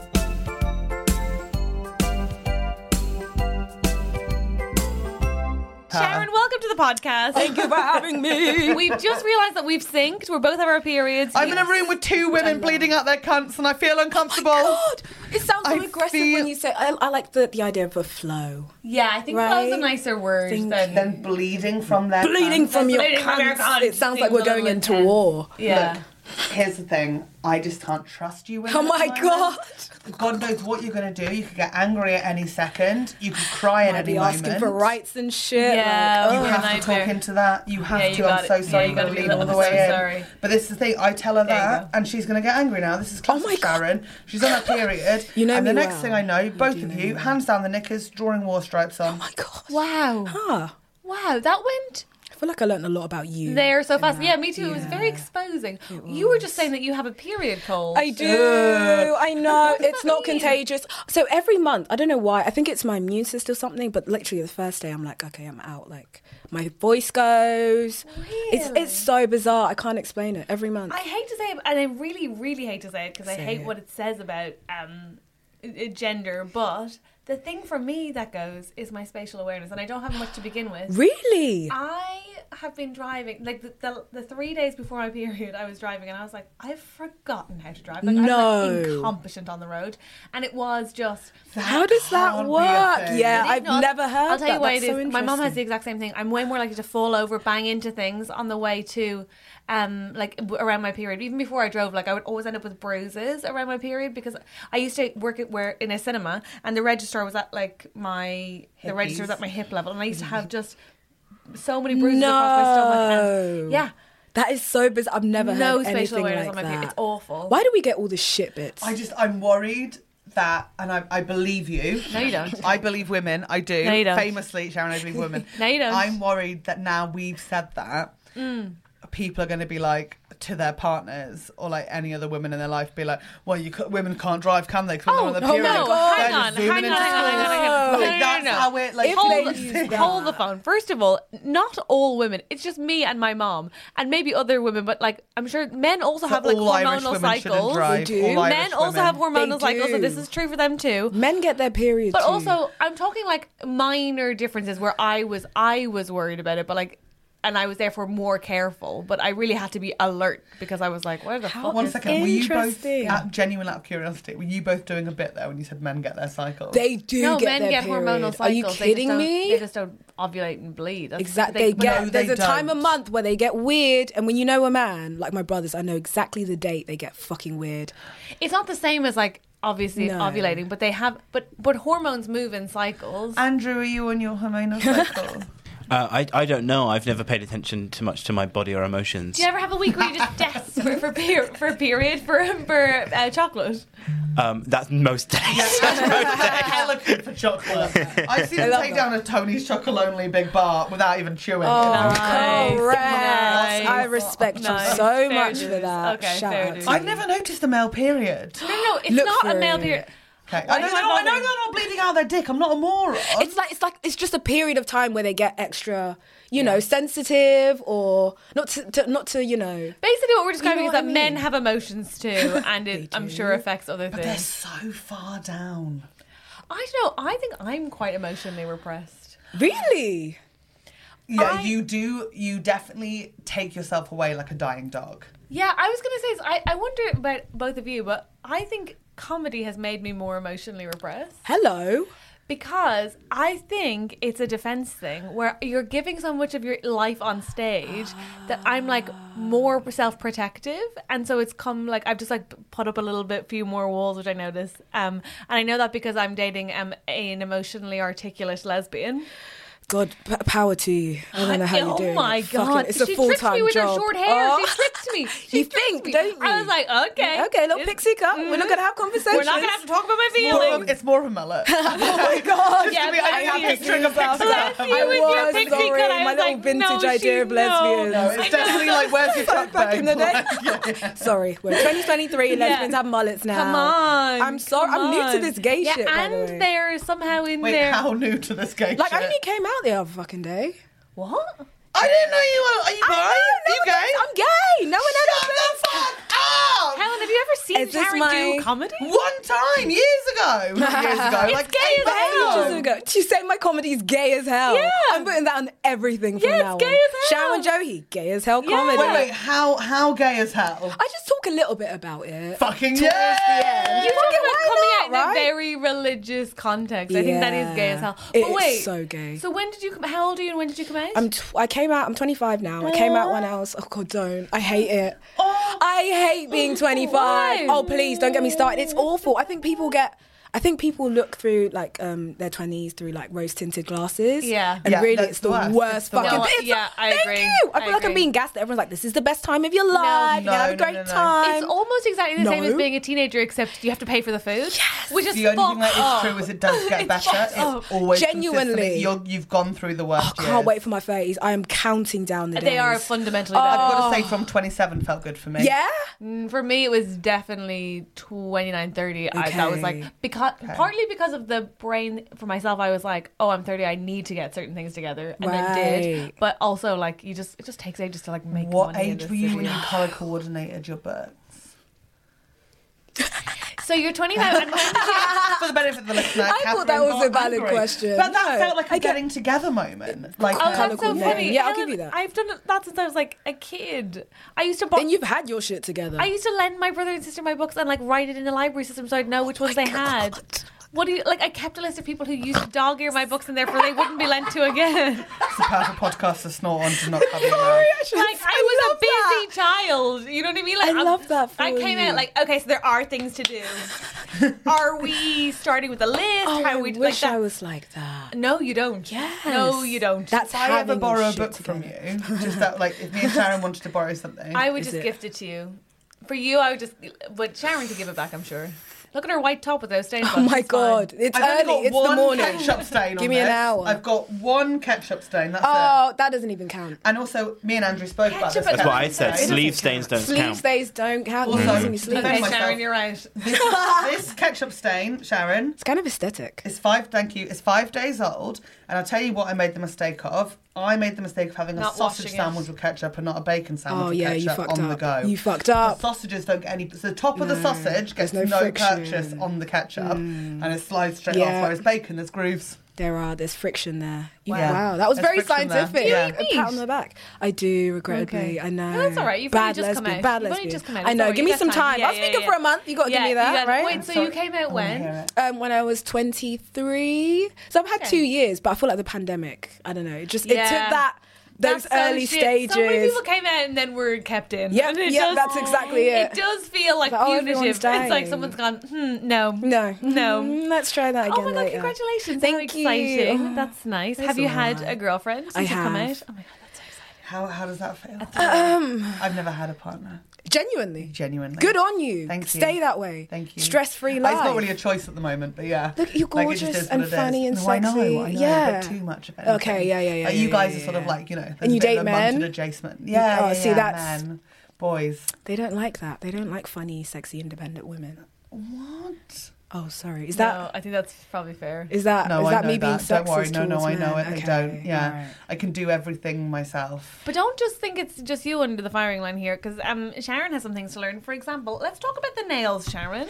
B: Sharon, welcome to the podcast. Thank you for having me. [laughs] We've just realised that we've synced. We're both have our periods.
A: I'm
B: You-
A: in a room with two women bleeding out their cunts and I feel uncomfortable.
F: Oh God, it sounds so
A: I
F: aggressive
A: feel-
F: when you say. I, I like the, the idea of a flow.
B: Yeah, I think that was a
F: Right.
B: nicer word
F: Think-
B: than.
A: Then bleeding from their
F: Bleeding
A: cunts.
F: from your
B: bleeding from your
F: cunts.
B: cunts.
F: It sounds like
B: Seems
F: we're
B: a
F: going
B: little
F: into
B: intense.
F: war.
B: yeah.
A: Here's the thing, I just can't trust you. with
F: Oh
A: it
F: my
A: at the
F: God.
A: moment. God knows what you're going to do. You could get angry at any second. You could cry at
F: I'd
A: any
F: be
A: moment.
F: asking for rights and shit.
B: Yeah.
F: like,
A: You
B: Oh,
A: have to
B: nightmare.
A: talk into that. You have
B: Yeah, you
A: to. I'm
B: gotta-
A: so sorry.
B: yeah, you
A: you
B: gotta
A: got to
B: be
A: lean all
B: like,
A: the
B: "I'm
A: way
B: so
A: in.
B: sorry.
A: But this is the thing. I tell her
B: There you
A: that,
B: go.
A: and she's going to get angry now. This is classic
F: Oh my God.
A: Sharon. She's on her period.
F: You know
A: And the
F: me
A: next
F: well.
A: thing I know, both of you, hands down the knickers, drawing war stripes on.
F: oh my god.
B: Wow.
F: Ah,
B: Wow, that went
F: I feel like I learned a lot about you.
B: there so fast. Yeah, me too. It was very exposing. You were just saying that you have a period cold.
F: I do.
B: [laughs]
F: I know.
B: does
F: It's
B: that
F: not
B: mean?
F: contagious. So every month, I don't know why. I think it's my immune system or something. But literally the first day, I'm like, okay, I'm out. Like my voice goes. It's it's so bizarre. I can't explain it. Every month.
B: I hate to say it, and I really, really hate to say it because I hate what it says about um, i- i- gender. But the thing for me that goes is my spatial awareness, and I don't have much to begin with.
F: really?
B: I have been driving like the, the the three days before my period. I was driving and I was like, I've forgotten how to drive. Like I'm like,
F: No.
B: incompetent on the road, and it was just
F: How does that
A: can't be a
F: work?
A: thing.
F: Yeah,
B: It is
F: I've
B: not-
F: never heard.
B: I'll tell you
F: that.
B: why
F: That's
B: it is.
F: so
B: My mom has the
F: interesting.
B: exact same thing. I'm way more likely to fall over, bang into things on the way to, um, like w- around my period. Even before I drove, like I would always end up with bruises around my period because I used to work at where in a cinema, and the register was at like my the register was at my hip level, and I used to
F: Mm-hmm.
B: have just so many bruises across my stomach. And,
F: No.
B: yeah.
F: That is so bizarre. I've never
B: No
F: heard
B: spatial
F: anything
B: awareness on
F: like
B: my period.
F: that.
B: It's awful.
F: Why do we get all the shit bits?
A: I just, I'm worried that, and I, I believe you.
B: No, you don't.
A: I believe women. I do.
B: No, you don't.
A: Famously, Sharon, I believe women.
B: [laughs] No, you don't. Mm.
A: I'm worried that now we've said that, people are going to be like to their partners or like any other women in their life, be like, "Well, you c- women can't drive, can they? 'Cause
B: Oh,
A: when
B: no,
A: they're
B: hang
A: on
B: on,
A: the period, they're
B: hang
A: just
B: on, hang on,
A: zooming
B: hang
A: into
B: on, hang
A: schools."
B: on.
A: Like,
B: No, no,
A: that's
B: no, no.
A: how it. Like,
F: If
B: hold,
F: they use that-
B: hold the phone. First of all, not all women. It's just me and my mom, and maybe other women. But like, I'm sure men also
A: So
B: have like
A: all Irish
B: hormonal
A: women shouldn't
B: cycles.
A: drive.
F: They do.
A: All Irish
B: Men also
A: women.
B: have hormonal
F: They
B: cycles, so
F: do.
B: this is true for them too.
F: Men get their periods.
B: But
F: too.
B: also, I'm talking like minor differences where I was I was worried about it, but like and I was therefore more careful. But I really had to be alert because I was like, "Where the fuck?"
A: One
B: is
A: second, were you both
F: Interesting.
A: out, genuine out of curiosity? Were you both doing a bit there when you said men get their cycles?
F: They do
B: no,
F: get
B: men
F: their
B: get
F: period.
B: hormonal cycles.
F: Are you
B: They just
F: kidding
B: don't-
F: me?
B: They just don't ovulate and bleed. That's-
F: Exactly. They get,
A: No, they
F: there's a time a
A: don't.
F: month where they get weird, and when you know a man, like my brothers, I know exactly the date they get fucking weird.
B: It's not the same as like obviously
F: No.
B: ovulating, but they have. But but hormones move in cycles.
A: Andrew, are you on your hormonal cycle?
C: Uh, I, I don't know. I've never paid attention too much to my body or emotions.
B: Do you ever have a week where you're
F: [laughs]
B: just desperate for per- for a period for for uh, chocolate?
C: Um, that's most days.
A: [laughs] Elegant for [laughs] chocolate. I've seen them take down a Tony's chocolate only big bar without even chewing.
B: Nice.
F: Oh, Correct.
B: Nice.
F: I respect
B: Nice.
F: you so
B: Fair
F: much for
B: dues.
F: that.
B: Okay,
F: Shout
B: fair
F: out
B: dues.
F: to
A: I've
F: you.
A: never noticed a male period.
B: No, no, it's
F: Look
B: not a
F: through.
B: male period.
A: Okay.
B: Why
A: I know,
B: do
A: they're
B: you
A: not, I know
B: bother?
A: they're not bleeding out their dick. I'm not a moron.
F: It's like it's like it's just a period of time where they get extra, you know, sensitive or not to, to not to you know.
B: Basically, what we're describing
F: know
B: is that
F: what I mean?
B: men have emotions
F: [laughs]
B: too, and it, I'm sure affects other
A: They're
B: things.
A: so far down.
B: I don't know. I think I'm quite emotionally repressed.
F: Really?
A: Yeah,
B: I-
A: you do. You definitely take yourself away like a dying dog.
B: Yeah, I was gonna say. is I I wonder about both of you, but I think comedy has made me more emotionally repressed.
F: Hello.
B: Because I think it's a defense thing where you're giving so much of your life on stage that I'm like more self protective. And so it's come like I've just like put up a little bit few more walls, which I notice. Um, and I know that because I'm dating um, an emotionally articulate lesbian.
F: God, p- power to you. I don't know how
B: oh
F: you do. it.
B: my
F: Fucking-
B: God.
F: it's a
B: she
F: full
B: tricked
F: time
B: me with
F: job.
B: her short hair.
F: Oh.
B: She tricked
F: [laughs]
B: me. She
F: you
B: tricked
F: think,
B: me.
F: don't you?
B: I was like, okay.
F: okay, little
B: It's- Mm.
F: pixie cup. We're not gonna have conversations.
B: We're not going to have to talk about my
A: More
B: feelings.
A: of- it's more of a mullet. oh my
F: God.
B: Yeah,
A: I mean, I
B: I
A: am
B: see.
A: picturing a picture.
B: Bless you
F: I
B: with your
F: was,
B: pixie
F: sorry,
B: cut. I
F: my
B: was
F: little
B: like,
F: vintage
B: no,
F: idea
B: she-
F: of lesbians.
B: no.
A: No, it's definitely
B: [laughs]
A: like where's your
F: So
A: truck
F: back in the day.
A: Yeah.
F: Sorry, we're
B: [laughs]
F: 2023.
B: Yeah.
F: Lesbians have mullets now.
B: Come on.
F: I'm sorry.
B: come
F: I'm new
B: on.
F: to this gay
B: yeah,
F: shit. by
B: And
F: the way.
B: they're somehow in
A: [laughs] Wait,
B: there.
A: how new to this game?
F: like I
A: shit?
F: only came out the other fucking day.
B: What?
A: I didn't know you were. Are you bi?
F: I know,
A: Are
F: no
A: you
F: one
A: gay?
F: else- I'm gay. No one
A: Shut
F: else.
A: the fuck up!
B: Helen, have you ever seen
F: Is this
B: Karen
F: my-
B: do comedy?
A: One time, years ago. Not years ago.
B: It's
A: like
B: gay
A: eight
B: as
A: months
B: hell.
F: Ages ago, she said my comedy is gay as hell.
B: Yeah.
F: I'm putting that on everything from
B: Yeah, it's
F: now
B: gay
F: on.
B: as hell.
F: Sharon and Joey, gay Oh, as hell
B: Yeah.
F: comedy.
A: Wait, wait, how, how gay as hell?
F: I just talk a little bit about it.
A: Fucking yeah!
B: You talk
F: Fucking
B: about
F: why
B: coming
F: not,
B: out in a
F: right?
B: very religious context. I think that is gay as hell.
F: Yeah.
B: But
F: It is
B: wait,
F: so gay.
B: So when did you? come? How old are you? And when did you come out?
F: I'm tw- I came out. I'm 25 now. I came out when I was. Oh God, don't. I hate it.
A: Oh.
F: I hate being 25.
B: Why?
F: Oh please, don't get me started. It's awful. I think people get. I think people look through like um, their 20s through like rose tinted glasses.
B: Yeah.
F: And
A: Yeah,
F: really,
A: that's
F: it's the
A: the worst.
F: worst,
A: It's the
F: fucking.
B: worst.
F: it's
B: Yeah,
F: like,
B: I
F: thank
B: agree.
F: you. I
B: I
F: feel like
B: agree.
F: I'm being gassed. Everyone's like, this is the best time of your life. You're
A: No,
F: gonna have
A: no,
F: a great
A: no, no.
F: time.
B: it's almost exactly the same as
F: No.
B: being a teenager, except you have to pay for the food. Yes. Which is
A: The only
B: fucked
A: thing that
B: up.
A: is true is it does get
B: It's
F: [laughs]
A: better.
B: fucked up.
A: It's always
F: Genuinely.
A: consistent. You're, you've gone through the worst.
F: I can't wait for my 30s. I am counting down the days.
B: They are fundamentally
F: Oh.
A: I've
B: better.
A: got to say, from 27 felt good for me.
F: Yeah.
B: For me, it was definitely twenty nine thirty. I, that was
F: Okay.
B: like because partly because of the brain for myself. I was like, oh, I'm thirty. I need to get certain things together, and then did.
F: Right.
B: But also, like, you just it just takes ages to like make.
A: What
B: money in
A: age
B: this
A: were you when
B: city.
A: you colour coordinated your
F: [laughs]
A: book?
B: So you're twenty five.
F: [laughs]
A: For the benefit of the listener,
F: I thought that
A: Catherine
F: was a
A: got
F: valid
A: angry.
F: question.
A: But that
F: No,
A: felt like a
F: I get-
A: getting together moment. Like,
B: Oh,
F: Colour
B: that's so
F: coordinated.
B: funny.
F: Yeah, I'll
B: Helen,
F: give you that.
B: I've done that since I was like a kid. I used to. Bo-
F: Then you've had your shit together.
B: I used to lend my brother and sister my books and like write it in the library system so I'd know
F: Oh
B: which ones they had. What do you like? I kept a list of people who used to dog ear my books and therefore they wouldn't be lent to again.
A: it's a powerful podcast to snort on
F: [laughs]
A: to not cover your mouth.
F: Sorry, [laughs] I should-
B: like I was a busy child. You know what I mean? Like
F: I
B: I'm-
F: love that for
B: I came
F: you.
B: out like, okay, so there are things to
F: [laughs]
B: do. are we starting with a list?
F: Oh,
B: How
F: I
B: we
F: wish
B: like that?
F: I was like that.
B: No, you don't.
F: Yes.
B: No, you don't.
F: That's
A: If I ever
F: having
A: borrow a
F: shit
A: book from
F: together.
A: you, just that, like, if me and Sharon wanted to borrow something,
B: I would
F: Is
B: just
F: it-
B: gift it to you. For you, I would just. But Sharon could give it back. I'm sure. Look at her white top with those stains.
F: [laughs] Oh my god, it's
A: I've only
F: early. It's
A: got
F: the
A: one
F: morning.
A: ketchup stain
F: Give
A: on
F: me an
A: this.
F: hour.
A: I've got one ketchup stain. That's it.
F: Oh, that doesn't even count.
A: And also, me and Andrew spoke about this.
C: [laughs]
B: Ketchup
C: That's what I
B: It
C: said.
B: doesn't
C: Sleeve stains don't
F: Sleeve
C: count.
F: stays don't count.
A: Also,
F: You're using your sleeve.
A: Okay,
B: Okay,
F: It's
A: myself.
B: Sharon, you're [laughs] right.
A: This, [laughs] this ketchup stain, Sharon,
F: kind of aesthetic.
A: is five. Thank you. Is five days old, and I'll tell you what I made the mistake of. I made the mistake of having a
B: Not
A: sausage
B: washing it.
A: sandwich with ketchup and not a bacon sandwich
F: Oh,
A: with
F: yeah, you
A: ketchup
F: fucked
A: on the
F: up.
A: go.
F: You fucked up.
A: The sausages don't get any. So the top of the
F: No,
A: sausage gets
F: there's no
A: no,
F: friction. Mm.
A: purchase on the ketchup, and it slides straight
F: Yeah.
A: off. Whereas bacon, there's grooves.
F: there are there's friction there. You-
A: Wow.
F: wow. that was
A: There's
F: very
A: friction there.
F: scientific.
A: Yeah.
F: A pat on the back. I do regrettably.
B: Okay.
F: I know.
B: No, that's all right. You've only
F: bad
B: just come
F: lesbian,
B: out.
F: Bad
B: You've only
F: lesbian.
B: just come out.
F: I
B: It's
F: know.
B: all right.
F: Give me
B: You
F: some
B: got time.
F: time.
B: Yeah,
F: I was
B: yeah,
F: speaking
B: yeah.
F: for a month. You got to
B: Yeah,
F: give me
B: you
F: that,
B: gotta-
F: right?
B: Wait, so you came out when?
F: Um, when I was 23. So I've had two years, but I feel like the pandemic, I don't know, it just it
B: Yeah.
F: took that those
B: That's so
F: early
B: shit.
F: stages.
B: So many people came out and then were kept in. [laughs]
F: Yep,
B: And it
F: yep,
B: does-
F: that's exactly it.
B: [laughs] It does feel like
F: Like, oh,
B: punitive.
F: everyone's
B: It's like
F: dying.
B: someone's gone, hmm, no.
F: no,
B: No.
F: [laughs] Mm, let's try that again.
B: Oh my god,
F: later.
B: congratulations.
F: Thank
B: How
F: you.
B: exciting.
F: Oh,
B: That's nice.
F: that's
B: have you had
F: alright.
B: a girlfriend since
F: I
B: you've come
F: have.
B: out? Oh my god, that's so exciting.
A: How, how does that feel? I've never had a partner,
F: genuinely,
A: genuinely.
F: good on you.
A: Thank you.
F: Stay that way.
A: Thank you.
F: Stress free
A: Oh,
F: life.
A: It's not really a choice at the moment, but yeah.
F: Look, you're
A: Like, it just
F: gorgeous
A: is
F: and
A: what it
F: funny
A: is.
F: and
A: no, I know,
F: sexy.
A: I know,
F: Yeah.
A: but too much of anything.
F: Okay, yeah, yeah, yeah,
A: Like, you
F: yeah,
A: guys
F: yeah,
A: are sort of
F: yeah.
A: like, you know, there's
F: And
A: a
F: you
A: bit
F: date
A: of a
F: men?
A: munted adjacent. Yeah,
F: Oh,
A: yeah,
F: see,
A: yeah,
F: that's-
A: men, boys.
F: they don't like that. They don't like funny, sexy, independent women.
A: What?
F: Oh, sorry. Is
B: no,
F: that
B: I think that's probably fair.
F: is that Uh, is
A: No, I
F: that
A: know
F: me
A: that.
F: being
A: don't
F: sexist
A: worry. No, no,
F: towards
A: I know
F: men?
A: it. They
F: Okay,
A: don't. Yeah,
F: alright.
A: I can do everything myself.
B: But don't just think it's just you under the firing line here, because um, Sharon has some things to learn. For example, let's talk about the nails, Sharon.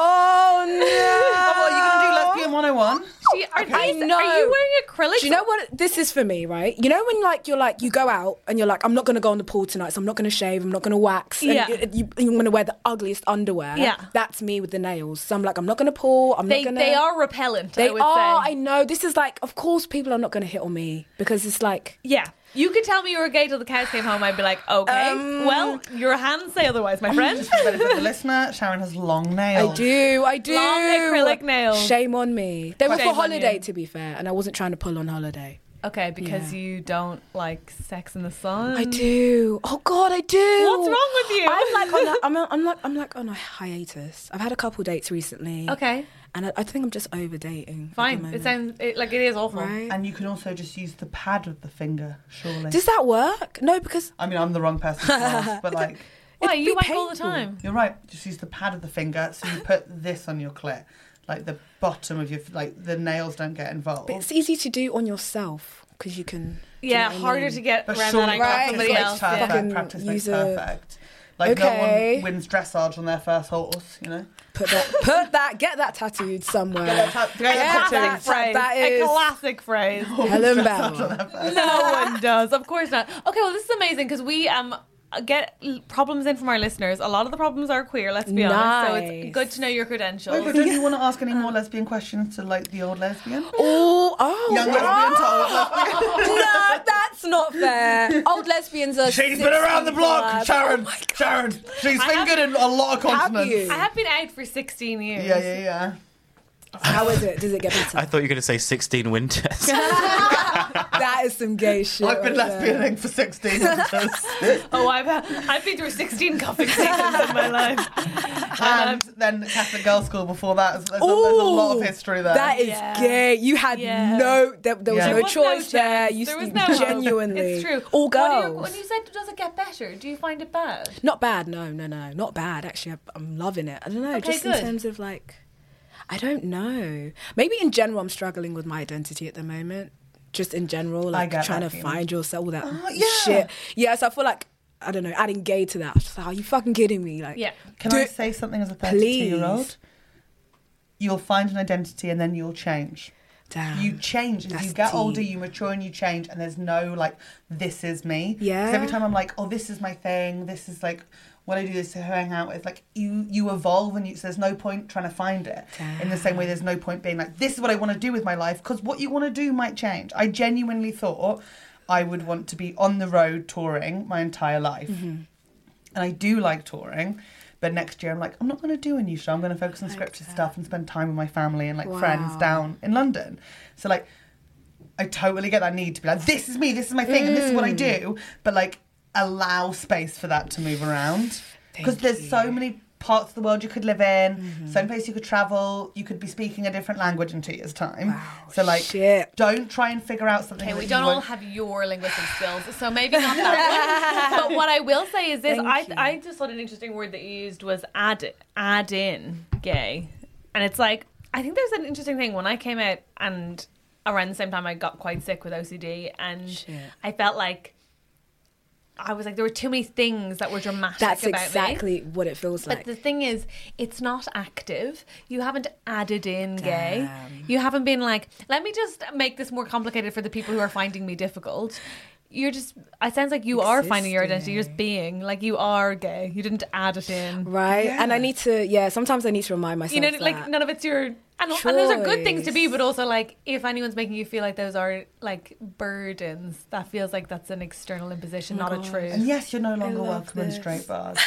F: Oh no! [laughs]
A: Oh, well, you can do lesbian 101.
B: She, are,
F: I
B: these,
F: know.
B: are you wearing acrylics?
F: Do you know what this is for me, right? You know when like you're like you go out and you're like I'm not going to go on the pool tonight, so I'm not going to shave, I'm not going to wax, and
B: Yeah.
F: you, you, I'm going to wear the ugliest underwear.
B: Yeah.
F: that's me with the nails. So I'm like I'm not going to pool. I'm
B: They,
F: not going to.
B: they are repellent.
F: They
B: I would
F: are.
B: Say.
F: I know. This is like, of course, people are not going to hit on me because it's like.
B: yeah. You could tell me you were gay till the cows came home. I'd be like, okay,
F: Um,
B: well, your hands say otherwise, my friend.
A: Benefit the listener, Sharon has long nails.
F: I do, I do.
B: Long acrylic nails.
F: Shame on me. They were
B: Shame
F: for
B: on
F: holiday,
B: you.
F: to be fair, and I wasn't trying to pull on holiday.
B: [laughs] okay, because
F: Yeah.
B: you don't like sex in the sun.
F: I do. Oh God, I do.
B: What's wrong with you?
F: I'm like
B: [laughs]
F: on a, I'm, a, I'm like I'm like on a hiatus. I've had a couple dates recently.
B: Okay.
F: And I, I think I'm just over dating. at the
B: Fine. It
F: moment.
B: sounds it, like it is awful.
F: right.
A: And you can also just use the pad of the finger, surely.
F: Does that work? No, because
A: I mean, I'm the wrong person to ask,
F: [laughs]
A: but like,
B: Why
F: It'd
B: you
F: be
B: wank all the
F: painful.
B: time?
A: you're right. Just use the pad of the finger. So you put this on your clit, like the bottom of your, like the nails don't get involved.
F: but it's easy to do on yourself because you can. do you
B: Yeah,
F: know what I
B: harder
F: mean?
B: to get
A: But
B: around
A: surely
B: that
F: Right,
B: right.
A: practice makes
B: somebody else.
F: yeah.
A: perfect.
F: Fucking
A: Practice makes
F: use a-
A: perfect. Like
F: Okay.
A: no one wins dressage on their first horse, you know.
F: put that, put that, get that tattooed somewhere.
A: Get that tat- get that
F: Yeah,
A: tattoo.
F: that- Right,
B: a
F: is-
B: classic phrase.
A: [laughs]
F: Helen Bell.
B: no one does. Of course not. Okay, well, this is amazing because we um get l- problems in from our listeners. A lot of the problems are queer. Let's be honest. So it's
F: Nice.
B: good to know your credentials.
F: Oh,
A: Wait, but don't you want to ask any more lesbian questions to like the old lesbian?
F: Oh, oh,
A: Young lesbian to old lesbian.
F: [laughs] no, that's not fair. Old lesbians are.
C: She's
F: six
C: been around the
F: feet
C: block,
F: wide.
C: Sharon. Sharon.
A: She's fingered in a lot of
F: Have
A: continents.
F: you?
B: I have been out for 16 years.
A: Yeah, yeah, yeah.
F: Oh How is it? Does it get better?
G: I thought you were going to say 16
B: [laughs]
G: winters.
F: that is some gay shit.
A: I've been
F: right there.
A: lesbianing for 16 years.
B: Oh, I've I've been through 16 cuffing seasons in
A: [laughs]
B: my life.
A: and then Catholic girls' school before that. There's, there's, a, there's a lot
F: Um, Ooh,
A: of history there.
F: That is
B: Yeah.
F: gay. You had
B: Yeah.
F: no. There, there was
A: Yeah.
F: no
A: There
B: was no
F: choice there.
B: chance.
F: You
B: There
F: s-
B: was no hope.
F: genuinely.
B: It's true.
F: All
B: What do
F: girls.
B: you- when you said, does it get better? Do you find it bad?
F: Not bad. No, no, no. Not bad. Actually, I- I'm loving it. I don't know.
B: Okay,
F: just
B: good.
F: in terms of like, I don't know. Maybe in general, I'm struggling with my identity at the moment. Just in general, like
A: get
F: trying
A: that
F: to
A: feeling.
F: find yourself, all that
A: yeah.
B: Oh,
F: shit. Yeah, so I feel like I don't know. Adding gay to that, I'm just like, are you fucking kidding me? Like,
B: Yeah.
A: Can
F: do
A: I
F: it-
A: say something as a
F: Please.
A: 32-year-old? You'll find an identity and then you'll change.
F: Damn.
A: You change as
F: That's
A: you get older,
F: deep.
A: you mature and you change, and there's no like, this is me. 'Cause
F: Yeah.
A: every time I'm like, oh, this is my thing. This is like what I do. This is who I hang out with. Like you, you evolve, and you, so there's no point trying to find it. In the same way, there's no point being like, this is what I want to do with my life because what you want to do might change. I genuinely thought I would want to be on the road touring my entire life
F: Mm-hmm.
A: and I do like touring. But next year, I'm like, I'm not going to do a new show. I'm going to focus on scripted stuff and spend time with my family and like friends
F: Wow.
A: down in London. So like, I totally get that need to be like, this is me, this is my thing, and this is
F: Mm.
A: what I do. But like, allow space for that to move around because there's so many parts of the world you could live in,
F: Mm-hmm.
A: so many places you could travel. You could be speaking a different language in two years' time. so like,
F: shit.
A: don't try and figure out something.
B: Okay, we
A: that
B: don't
A: you
B: all
A: won't-
B: have your linguistic skills, so maybe not that
F: [laughs]
B: one. But what I will say is this: I, I just thought an interesting word that you used was add add in gay, and it's like I think there's an interesting thing when I came out and around the same time I got quite sick with OCD, and I felt like I was like, there were too many things that were dramatic.
F: That's
B: about me.
F: exactly what it feels like.
B: But the thing is, it's not active. You haven't added in gay. You haven't been like, let me just make this more complicated for the people who are finding me difficult. You're just, it sounds like you are finding your identity. You're just being, like, you are gay. You didn't add it in.
F: right? And I need to, yeah, sometimes I need to remind myself.
B: You know, like,
F: that.
B: none of it's your. And, and those are good things to be, but also like if anyone's making you feel like those are like burdens, that feels like that's an external imposition, not
F: Oh
B: a truth.
A: And yes, you're no longer welcome in straight
F: [laughs]
A: bars.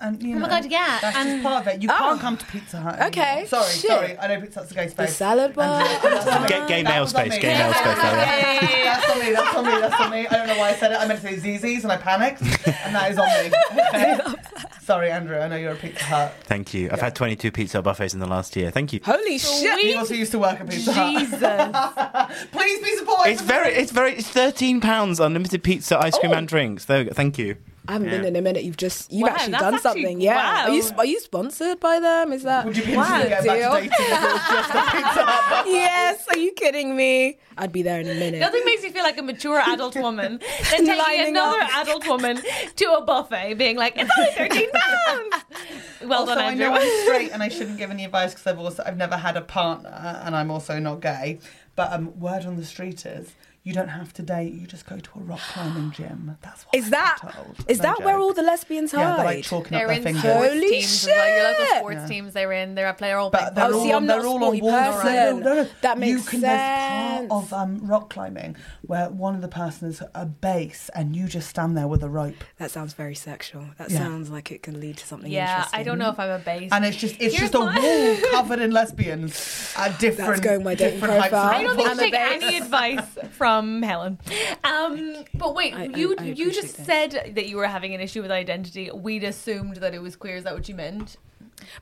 A: And, you
B: Oh my
A: know,
B: God, yeah, um, oh.
A: That's
B: and-
A: just part of it. You can't come to Pizza Hut. anymore.
F: Okay,
A: Sorry,
F: shit.
A: sorry. I know Pizza Hut's a gay space.
F: salad bar.
A: [laughs]
F: [laughs]
H: Gay, gay
A: That
H: male
A: was on
H: space.
A: me.
H: Gay male space. Like that.
A: That's on me, that's on me, that's on me. I don't know why I said it. I meant to say ZZ's and I panicked. And that is on me. Okay? Sorry, Andrew, I know you're a Pizza Hut.
C: [laughs] Thank you. I've had 22 pizza buffets in the last year. Thank you.
F: Holy
A: He also used to work at Pizza Hut.
B: [laughs] Jesus.
A: Please be supportive.
C: It's very, it's very, it's 13 pounds unlimited pizza, ice
B: Oh.
C: cream, and drinks. There we go. Thank you.
F: I haven't been in a minute. You've just you've
B: Wow,
F: actually
B: that's
F: done
B: actually-
F: something. Yeah.
B: wow.
F: Are you are you sponsored by them? Is that
A: Would you be
F: wow,
A: interested in going
F: deal?
A: back to dating
F: [laughs]
A: if it was just a Pizza Hut?
F: yes. Are you kidding me? I'd be there in a minute.
B: Nothing makes you feel like a mature adult woman than taking
F: Lining
B: another
F: up.
B: adult woman to a buffet, being like, "It's only thirteen pounds." Well
A: Also,
B: done,
A: I know
B: Andrew. [laughs]
A: I'm straight and I shouldn't give any advice because I've also I've never had a partner and I'm also not gay. But um, word on the street is you don't have to date. You just go to a rock climbing gym. That's what
F: Is
A: I've
F: that
A: been told.
F: is
A: No
F: that where
A: joke.
F: all the lesbians
A: yeah, they're
F: hide?
A: like chalking
B: They're
A: up their
B: in
A: fingers.
B: sports
F: Holy
B: teams, as well. your local
F: shit.
B: sports teams. They're in. They're up. They're all.
A: But
B: But
A: they're
F: Oh,
A: all,
F: see, I'm
A: they're
F: not a
A: all on
F: sporty
A: board.
F: person.
A: No, no, no.
F: That
A: you
F: makes
A: can, There's
F: sense.
A: part of um, rock climbing where one of the persons is a base and you just stand there with a rope.
F: That sounds very sexual. That
A: Yeah.
F: sounds like it can lead to something
B: yeah,
F: interesting.
B: I don't know if I'm a base.
A: And it's just it's
B: Here's
A: just a
B: my-
A: wall covered in lesbians at different
F: going my dating
A: different
F: profile.
A: heights.
B: I don't think
F: I'm
B: you
F: a
B: take
F: base.
B: any advice from Helen. Um, but wait,
F: I- I-
B: you
F: I
B: you just
F: appreciate
B: said that you were having an issue with identity. We'd assumed that it was queer. Is that what you meant?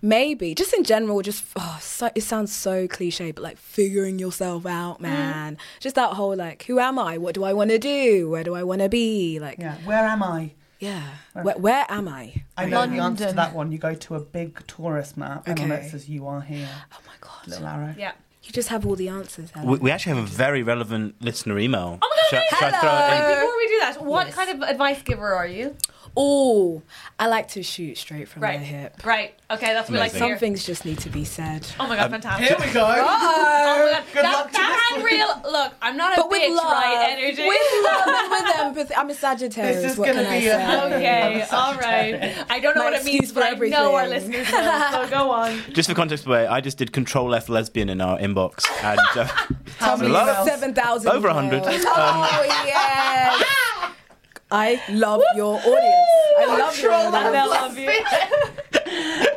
F: Maybe just in general, just oh, so, it sounds so cliche, but like figuring yourself
B: Mm.
F: out, man. Just that whole like, who am I? What do I want to do? Where do I want to be? Like,
A: yeah, where am I?
F: yeah. Where, where am I?
A: I know the answer to that one. You go to a big tourist map and on
F: Okay.
A: it says you are here.
F: Oh my god!
A: Little arrow.
B: Yeah.
F: You just have all the answers. Helen.
C: We, we actually have a very relevant listener email.
B: Oh my
C: Shall-
B: god!
C: shall I throw it in?
B: Wait, before we do that, what kind of advice giver are you?
F: Oh, I like to shoot straight from
B: Right.
F: the hip.
B: Right. Okay, that's what we like to
F: Some
B: hear.
F: things just need to be said.
B: Oh my god,
C: Um, [laughs]
B: fantastic.
A: Here we go.
B: Oh my god.
A: Good
B: that,
A: luck to
B: that
A: this
B: had real look, I'm not a
F: But
B: bitch,
F: with love,
B: right? Energy.
F: with love
B: [laughs]
F: and with empathy. I'm a Sagittarius.
A: This is
F: what
A: gonna
F: can I
A: be a-
F: say? [laughs]
B: Okay, all right. I don't know
F: My
B: what it means,
F: excuse
B: but
F: for
B: I know our
F: everything.
B: listeners know, so go on.
F: [laughs]
C: Just for context, by the way, I just did Control F lesbian in our inbox, and uh,
A: How
C: it's a
A: many
C: lot.
A: emails?
F: Seven thousand.
C: Over 100.
A: Um,
F: Oh
B: [laughs]
F: yes. I love your audience. I love your
B: And they'll
F: audience.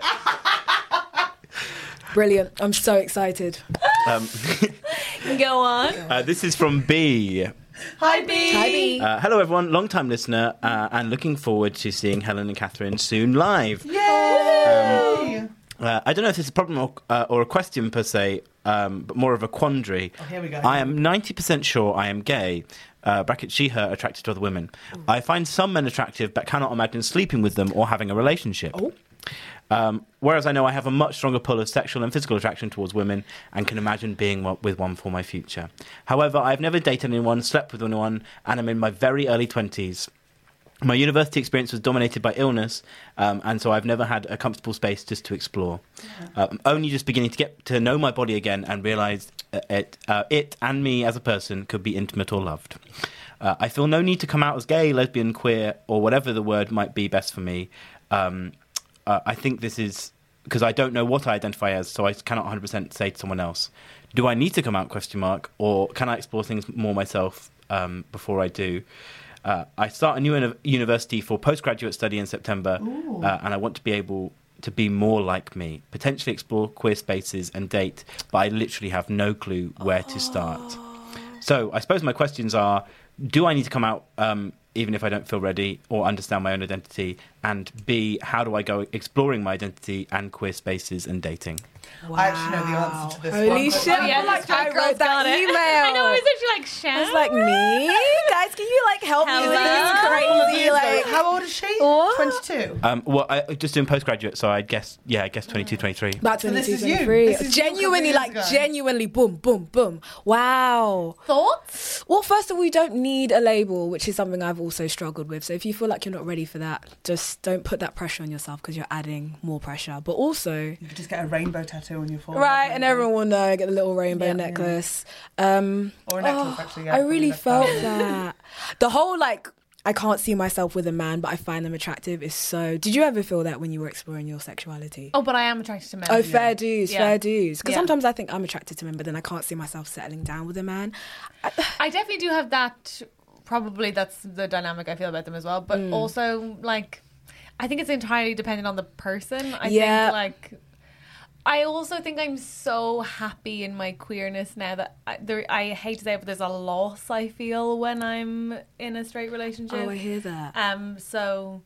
B: love you.
F: Brilliant. I'm so excited.
C: um, [laughs]
B: Go on.
C: uh, this is from B.
A: Hi, B.
F: Ivy.
C: Uh, hello, everyone, long time listener, uh, and looking forward to seeing Helen and Catherine soon live.
A: Yay!
C: Uh, I don't know if it's a problem or, uh, or a question per se, um, but more of a quandary.
A: Oh, here we go.
C: I am 90% sure I am gay. Uh, bracket she her attracted to other women. I find some men attractive, but cannot imagine sleeping with them or having a relationship.
A: Oh.
C: Um, whereas I know I have a much stronger pull of sexual and physical attraction towards women and can imagine being one- with one for my future. However, I've never dated anyone, slept with anyone, and I'm in my very early 20s. My university experience was dominated by illness, um, and so I've never had a comfortable space just to explore. Uh, I'm only just beginning to get to know my body again and realize uh, it, uh, it and me as a person could be intimate or loved. Uh, I feel no need to come out as gay, lesbian, queer, or whatever the word might be best for me. Um, uh, I think this is because I don't know what I identify as, so I cannot 100% say to someone else, do I need to come out question mark, or can I explore things more myself um, before I do? Uh, I start a new uni- university for postgraduate study in September, uh, and I want to be able to be more like me, potentially explore queer spaces and date, but I literally have no clue where to start. So I suppose my questions are: Do I need to come out um, even if I don't feel ready or understand my own identity?
G: And B, how do I go exploring my identity and queer spaces and dating?
A: I actually know the answer to this
F: Holy
A: one. but-
F: shit!
B: Oh, Yeah,
F: I feel like
B: this fat
F: I
B: girl's
F: wrote that
B: got it. [laughs]
F: email.
B: I know. I was actually like, Sharon.
F: I was like, me? Guys, can you like help me
B: Hello?
F: with this crazy? Like,
A: How old is she?
F: What?
A: 22.
G: Um, well, I I just doing postgraduate, so I guess, yeah, I guess 22, 23.
F: about
A: So this
F: 22,
A: is you.
F: 23.
A: This is you a couple
F: genuinely,
A: years
F: like,
A: ago.
F: genuinely, boom, boom, boom. Wow.
B: Thoughts?
F: Well, first of all, you don't need a label, which is something I've also struggled with. So if you feel like you're not ready for that, just don't put that pressure on yourself because you're adding more pressure. But also,
A: You could just get a rainbow tattoo on your forehead.
F: right, and everyone will know, get the little rainbow necklace. Um,
A: Or a necklace, actually, yeah,
F: I
A: probably
F: really
A: left
F: felt
A: out.
F: that. The whole, like, I can't see myself with a man, but I find them attractive is so. Did you ever feel that when you were exploring your sexuality?
B: Oh, but I am attracted to men.
F: Oh, fair dues,
B: Yeah.
F: fair dues. Because
B: Yeah.
F: sometimes I think I'm attracted to men, but then I can't see myself settling down with a man.
B: I definitely do have that. Probably that's the dynamic I feel about them as well. But
F: Mm.
B: also, like, I think it's entirely dependent on the person. I
F: Yeah.
B: think, like, I also think I'm so happy in my queerness now that I, there, I hate to say it, but there's a loss I feel when I'm in a straight relationship.
F: Oh, I hear that.
B: Um. So,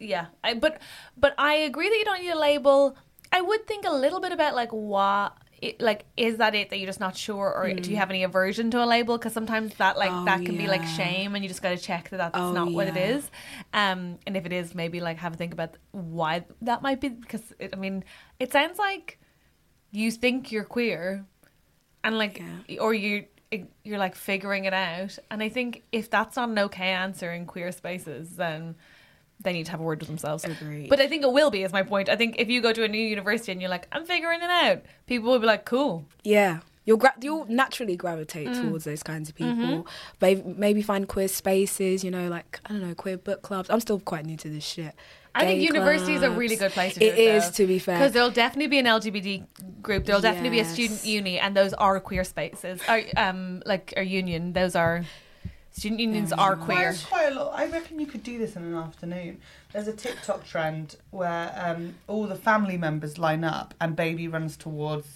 B: yeah. I, but but I agree that you don't need a label. I would think a little bit about like what. It, like is that it that you're just not sure or do you have any aversion to a label because sometimes that like
F: Hmm. Oh,
B: that can be like
F: yeah.
B: shame and you just got to check that that's
F: Oh,
B: not what it
F: yeah.
B: is um and if it is maybe like have a think about why that might be because it, i mean it sounds like you think you're queer and like or you eh, you're like figuring it out and i think if that's not an okay answer in queer spaces then they need to have a word with themselves
F: Agreed.
B: but i think it will be is my point i think if you go to a new university and you're like i'm figuring it out people will be like cool
F: Yeah. You'll, gra- you'll naturally gravitate
B: Mm.
F: towards those kinds of people.
B: Mm-hmm.
F: May- Maybe find queer spaces, you know, like, I don't know, queer book clubs. I'm still quite new to this shit.
B: I think
F: Gay
B: university is a really
F: clubs.
B: good place to do it.
F: It is, to be fair.
B: Because there'll definitely be an LGBT group. There'll definitely be a student
F: Yes.
B: uni, and those are queer spaces. Are, um, like our union, those are student unions are queer.
A: There's quite a lot. I reckon you could do this in an afternoon. There's a TikTok trend where um, all the family members line up and baby runs towards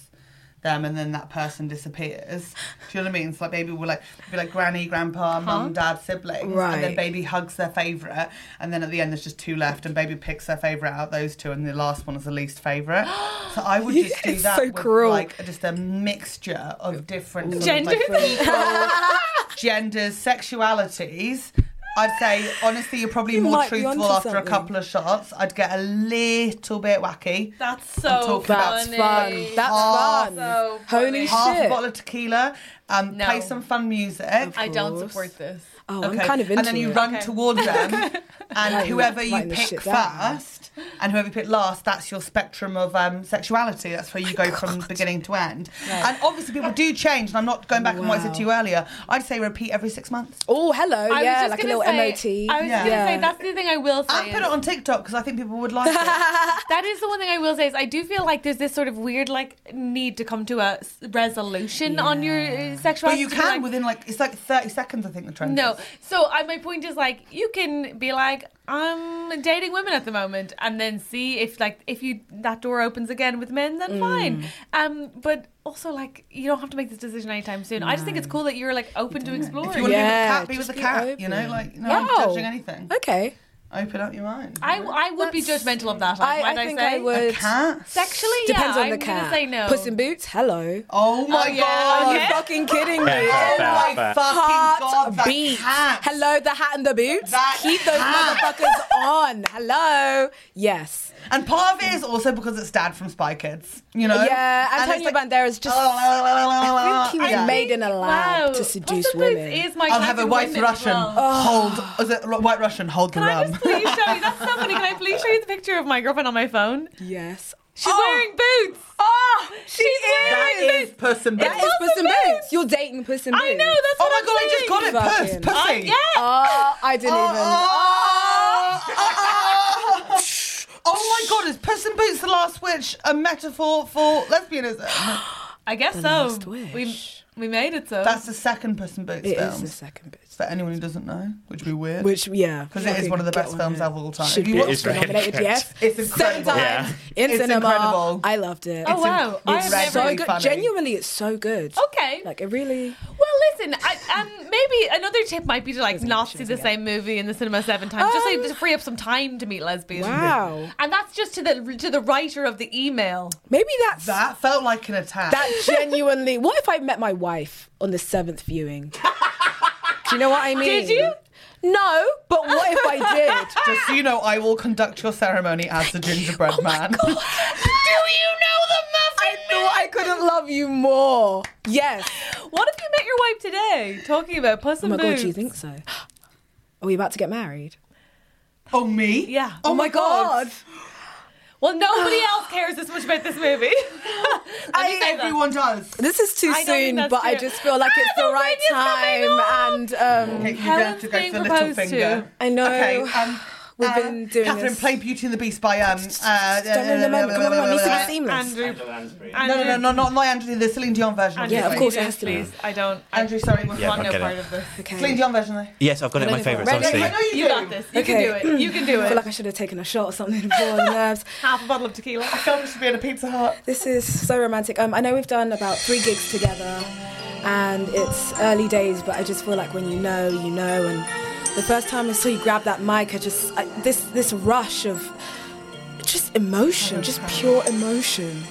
A: them and then that person disappears. Do you know what I mean? It's like baby will like be like granny, grandpa, mum, dad, siblings. And then
F: Right.
A: baby hugs their favourite and then at the end there's just two left and baby picks their favourite out of those two and the last one is the least favourite. So I
F: [gasps]
A: would just do
F: It's
A: that
F: so
A: with
F: cruel.
A: like just a mixture of different sort of,
B: Genders.
A: like,
F: [laughs]
A: people, genders, sexualities. I'd say honestly, you're probably
F: You
A: more
F: might be
A: truthful
F: onto
A: after a
F: something.
A: couple of shots. I'd get a little bit wacky.
B: That's
A: I'm
B: so
A: talking
F: That's
B: funny.
F: fun. That's
A: Oh, Half-
F: fun.
B: so
F: Holy
B: funny.
A: half a
F: shit.
A: bottle of tequila, um,
B: No.
A: play some fun music.
B: [laughs] I don't support this.
F: oh, I'm kind of into
A: and then you
F: it.
A: run towards
B: [laughs]
A: them, and whoever you
F: writing this
A: pick
F: shit down.
A: first and whoever you pick last, that's your spectrum of um, sexuality. That's where you go from beginning to end. And obviously, people do change, and I'm not going back on what I said to you earlier. I'd say repeat every six months.
F: Oh, hello.
B: I was
F: yeah,
B: just
F: like a
B: gonna
F: little
B: say,
F: MOT.
B: I was
A: Yeah.
B: just gonna
F: Yeah.
B: say that's the thing I will say.
A: And put
B: is-
A: it on TikTok because I think people would like it.
B: [laughs] That is the one thing I will say is I do feel like there's this sort of weird like need to come to a s- resolution on your uh,
A: but
B: sexuality.
A: you
B: to be
A: can
B: like-
A: within like it's like thirty seconds. I think the trend.
B: No.
A: is.
B: So I, my point is like you can be like I'm dating women at the moment, and then see if like if you that door opens again with men,
F: Mm.
B: then fine. Um, but also like you don't have to make this decision anytime soon. I just think it's cool that you're like open to
A: If you
B: exploring.
A: want
F: Yeah,
A: to be with
F: just
A: a cat, be with a
F: be
A: cat. You know,
F: open.
A: like no
F: Wow.
A: one's judging anything.
F: Okay.
A: Open up your mind.
B: I, I would be judgmental of that.
F: I,
B: might
F: I think
B: say.
F: I would.
A: cat.
B: Sexually,
F: Depends
B: yeah,
F: on the
B: I'm
F: cat.
B: gonna say no.
F: Puss in Boots. Hello.
A: Oh my
B: Oh, yeah.
A: god!
B: Okay.
F: Are you fucking kidding me?
G: Fair, fair,
A: Oh
G: fair,
A: my
G: fair.
A: fucking
F: Heart
A: god! That
F: beat.
A: cat.
F: Hello, the hat and the boots.
A: That
F: Keep those
A: hat. [laughs]
F: motherfuckers on. Hello. Yes.
A: And part of it is also because it's Dad from Spy Kids. You know.
F: Yeah,
A: And
F: Antonio
A: it's Oh,
F: Banderas just- I think he was
A: Yeah.
F: made in a lab
B: Wow.
F: to seduce
B: Puss in Boots
F: women.
B: Is my
A: I'll have a
B: classic
A: white
B: women as
A: Russian
B: well.
A: hold. Is it white Russian hold
B: Can
A: the [laughs]
B: I
A: rum?
B: just please show you? That's so funny. Can I please show you the picture of my girlfriend on my phone?
F: yes.
B: She's wearing boots. Oh, she's
A: that
B: wearing
A: is puss in
F: That
A: Boots.
F: is
B: Puss
F: Puss
B: in
F: in
B: Boots.
F: Boots. You're dating Puss in Boots.
B: I know. That's
A: Oh
B: what
A: my
B: I'm
A: god! I just
B: saying. Uh,
A: got it. Puss,
F: Fucking-
A: pussy.
B: Yeah.
F: Oh, I didn't even. Ah.
A: [laughs] oh my god, is Puss in Boots the Last Witch a metaphor for
F: [gasps]
A: lesbianism?
B: I guess so.
F: Last
B: We
F: Wish.
B: we made it so.
A: That's the second Puss in Boots
F: It
A: film.
F: is the second Boots.
A: For anyone who doesn't know, which would be weird.
F: Which, yeah.
A: Because it is one of the
F: Get
A: best
F: on
A: films
F: it.
A: of all time.
F: Should
A: If you
F: be
A: watch
G: is very
F: nominated,
G: good.
F: yes.
A: It's
F: Seven
A: incredible.
F: times in
A: It's
F: cinema.
A: incredible.
F: I loved it.
B: Oh
F: It's
B: wow! I
A: it's
B: have
F: so
B: never.
A: incredibly
F: good.
A: funny.
F: Genuinely, it's so good.
B: Okay.
F: Like it really.
B: Well, listen, I, um, maybe another tip might be to like not see the same movie in the cinema seven times, just so you- to free up some time to meet lesbians.
F: Um, Wow.
B: And that's just to the to the writer of the email.
F: Maybe that's
A: That felt like an attack.
F: that genuinely. What if I met my wife on the seventh viewing? Do you know what I mean?
B: Did you?
F: No, but what if I did?
A: Just so you know, I will conduct your ceremony as the
F: Oh
A: gingerbread man.
B: Do you know the
F: I
B: muffin?
F: thought I couldn't love you more. Yes.
B: What if you met your wife today talking about puss
F: Oh
B: and
F: my god,
B: boots?
F: do you think so? Are we about to get married?
A: Oh me?
B: Yeah.
A: Oh, my god. [sighs]
B: Well, nobody else cares this much about this movie. [laughs] Let me say that.
A: Everyone does.
F: This is too
B: I don't think
F: soon,
B: that's
F: but I
B: true.
F: just feel like
B: Ah,
F: it's the
B: the
F: right
B: radio's coming
F: time. And um,
A: Okay, you
B: Helen's
A: have to go
B: being
A: for the little
B: proposed to.
A: finger.
F: I know.
A: Okay. Um,
F: We've
A: uh,
F: been doing
A: Catherine,
F: this.
A: play Beauty and the Beast by um. Uh,
F: Don't know the moment. Come on, it needs to be seamless.
B: Andrew.
A: No, no, no, no, not not Andrew. The Celine Dion version.
B: Andrew,
F: Yeah, of
B: please,
F: course it has to be.
B: please. I don't.
A: Andrew, sorry, we're
B: I want
G: I'll
B: no
G: get it.
B: part of this.
A: Celine
F: okay.
A: Dion version. Though.
G: Yes, I've got it in my favourites,
F: Ready?
G: honestly.
A: I know you,
B: You
A: do.
B: got this. You
F: Okay.
B: can do it. You
A: [laughs]
B: can do
F: [clears throat] I feel like
B: it.
F: I should have taken a shot or something [laughs] before the nerves.
B: Half a bottle
A: [laughs]
B: of tequila.
A: I feel we should be in a Pizza Hut.
F: This is so romantic. Um, I know we've done about three gigs together, and it's early days, but I just feel like when you know, you know. And the first time I saw you grab that mic, I just I, this this rush of just emotion, just pure emotion.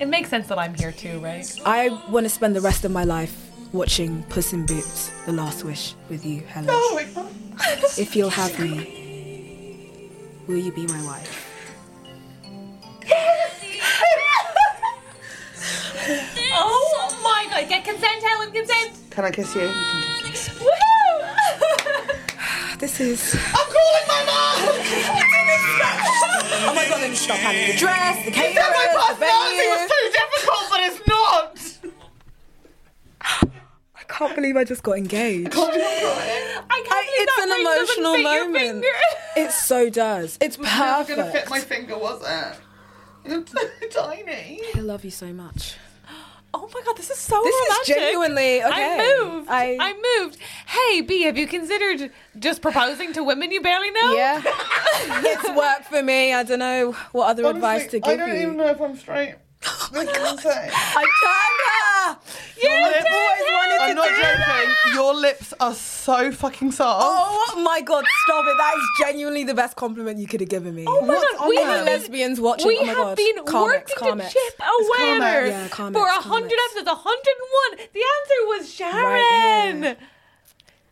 B: It makes sense that I'm here too, right?
F: I want to spend the rest of my life watching Puss in Boots: The Last Wish with you, Helen.
A: Oh, wait, oh.
F: If you'll have me, will you be my wife?
B: [laughs] oh my god! Get consent, Helen. Consent.
A: Can I kiss you?
B: [laughs] Woohoo!
F: This is.
A: I'm calling my mom.
F: Oh my god! Then stop having the dress, the
A: He said my
F: caterers, the
A: personality
F: venue.
A: was too difficult, but it's
F: [laughs]
A: not.
F: I can't believe I just got engaged.
B: I can't
F: I-
B: believe
F: it's
B: that
F: an
B: ring doesn't
F: emotional
B: fit your
F: moment.
B: finger.
F: It so does. It's
A: Never gonna fit
F: perfect.
A: my finger, was it? It's so [laughs] tiny.
F: I love you so much.
B: Oh my god, this is so
F: This is
B: romantic.
F: genuinely- okay.
B: I moved.
F: I-
B: I... moved. Hey, B, have you considered just proposing to women you barely know? [laughs]
F: Yeah, it's work for me. I don't know what other advice to
A: Honestly,
F: give
A: I don't
F: you. Oh
A: even know if I'm
F: [gasps]
A: straight. I can't say.
F: I
B: You
A: I've
B: did
A: always
B: it!
A: wanted to I'm not joking. Your lips are so fucking soft.
F: Oh my god, stop it. That is genuinely the best compliment you could have given me.
B: Oh my
A: What's
B: god,
A: on
B: we
A: that?
B: have been-
F: Lesbians watching,
B: We
F: oh my
B: have
F: God.
B: been
F: Calm it,
B: working
F: calm
B: to
F: it.
B: chip
A: It's
B: away
A: calm it.
B: at her
F: Yeah, calm it,
B: for
F: calm
B: hundred
F: it.
B: episodes. hundred and one. The answer was Sharon.
F: here.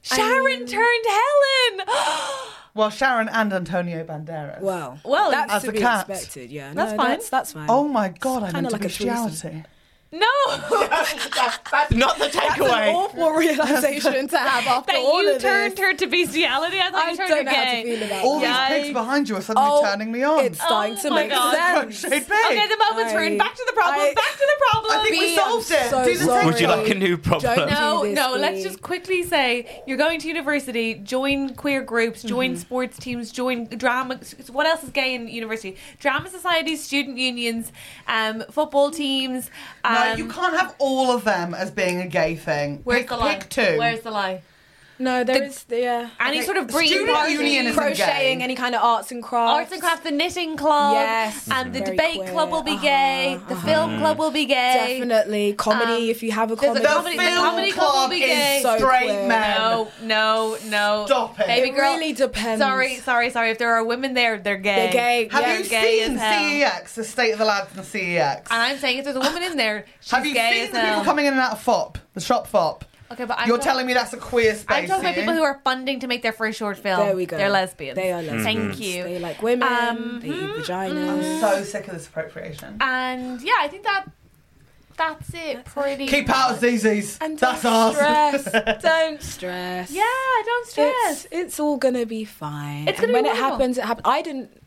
B: Sharon
F: mean-
B: turned Helen. [gasps]
A: Well, Sharon and Antonio Banderas.
F: Well,
B: Well,
F: that's
A: as
F: to
A: a
F: be
A: cat.
F: expected. Yeah,
B: That's
F: no,
B: fine.
F: That's, that's fine.
A: Oh my god, I'm
F: kinda
A: into
F: like a
A: bestiality.
F: [laughs]
B: no,
G: That's not the
F: An
G: takeaway.
F: awful realization to have after
B: that
F: all
B: you
F: of
B: turned
F: this.
B: her to bestiality. I thought
F: I
B: you turned
F: don't
B: her
F: know how to
B: gay.
F: feel about
A: All
F: that. Oh
B: Yikes.
A: these pigs behind you are suddenly
B: Oh,
A: turning me on. Oh
F: It's starting to
B: my
F: make
B: God.
F: sense.
A: Crochet pig.
B: Okay, the moment's
F: I-
B: ruined. Back to the problem.
F: I-
B: back to the problem.
A: I think we
F: Bea,
A: solved
F: I'm
A: it.
F: so
A: Do the
F: sorry.
A: same
G: Would you like a new problem?
F: Don't
B: No,
F: do this,
B: no. Let's
F: Bea.
B: just quickly say you're going to university. Join queer groups. Join sports teams. Join drama. What else is gay in university? Drama societies, student unions, um, football teams. Um,
A: No, you can't have all of them as being a gay thing.
B: Where's
A: pick,
B: the lie?
A: pick two.
B: Where's the lie?
F: No, there is the, yeah.
B: Any sort of breed
A: student
B: party,
A: union is-
F: crocheting,
A: gay.
F: any kind of arts and crafts.
B: Arts and crafts, the knitting club,
F: Yes.
B: and the
F: Very
B: debate
F: queer.
B: club will be
F: Uh-huh,
B: gay. The film club will be gay.
F: Definitely. Comedy,
B: Um,
F: if you have a
B: there's a
F: comedy.
A: the
B: comedy- the
A: film
B: comedy club
A: club
B: will be gay.
A: is
F: So
A: straight
F: queer.
A: men.
B: No, no, no.
A: Stop it.
B: baby
F: It
B: girl.
F: really
A: Um,
F: depends.
B: Sorry, sorry, sorry. If there are women there, they're gay.
F: They're gay.
A: Have
F: yeah.
A: you
B: gay
A: seen
B: as hell.
A: CEX, the uh, state of the lads in CEX?
B: And I'm saying if there's a woman
A: [laughs]
B: in there, she's
A: have you
B: gay
A: seen
B: as
A: the
B: hell.
A: people coming in and out of FOP, the shop FOP?
B: okay, but I'm
A: You're
B: talk-
A: telling me that's a queer space.
B: I'm talking
A: are
B: about
A: you?
B: people who are funding to make their first short film.
F: There we go.
B: They're lesbians.
F: They are lesbians.
B: Thank you.
F: They like women,
B: Um, hmm.
F: they eat vaginas.
A: so sick of this appropriation.
B: and yeah, Mm. I think that that's it. pretty.
A: Keep out of ZZ's.
F: And
A: That's
F: don't
A: ours. [laughs]
F: stress. don't stress.
B: Yeah, don't stress.
F: It's, it's all gonna be fine.
B: It's gonna
F: And
B: be
F: when it
B: wonderful.
F: happens, it happens. I didn't.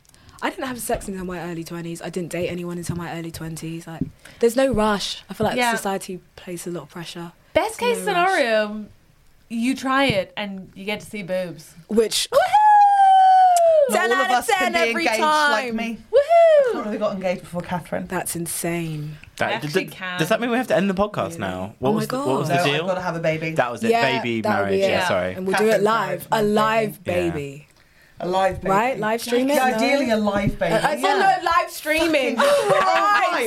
F: I didn't have sex until my early twenties. I didn't date anyone until my early twenties. Like, there's no rush. I feel like
B: Yeah.
F: society places a lot of pressure,
B: Best case
F: No rush.
B: scenario, you try it and you get to see boobs.
F: which [laughs]
A: Not
F: Ten
A: all
F: out
A: of
F: of
A: us can
F: 10
A: be
F: every
A: engaged like
F: time.
A: me.
B: Woohoo!
A: Probably got engaged before Catherine.
F: that's insane.
G: That- does,
B: I actually
G: that-
B: can.
G: does that mean we have to end the podcast now? What
F: Oh my
G: was The, what was
A: No,
F: God.
G: the
A: I've
G: deal?
A: got to have a baby.
G: that was it. baby
F: that would
G: marriage.
F: be
G: Yeah,
F: it. Um,
G: sorry.
F: And we'll do
A: Catherine's
F: it live,
A: marriage,
F: a
A: my
F: live
G: baby. Yeah.
F: baby.
I: A live baby.
F: Right? Live streaming?
I: Yeah,
F: No. Uh,
I: ideally a live baby.
F: I thought
I: Yeah.
F: no, live streaming. [laughs]
I: Right.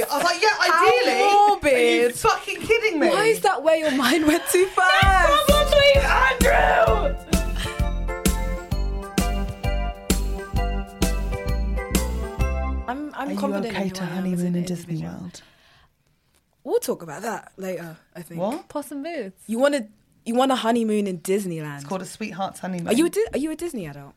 I: I was like, yeah, ideally.
F: Oh, How
I: Are you
F: morbid.
I: fucking kidding me?
F: Why is that where your mind went too far?
I: Probably Andrew.
F: I'm,
I: Are
F: I'm
I: you
F: confident. in
I: okay
F: who
I: to
F: I am as
I: honeymoon
F: an
I: in Disney
F: individual.
I: World?
F: We'll talk about that later. I think.
I: What?
B: Poss and Boots.
F: You want to? You want a honeymoon in Disneyland?
I: It's called a sweetheart's honeymoon.
F: Are you a Di- are you a Disney adult?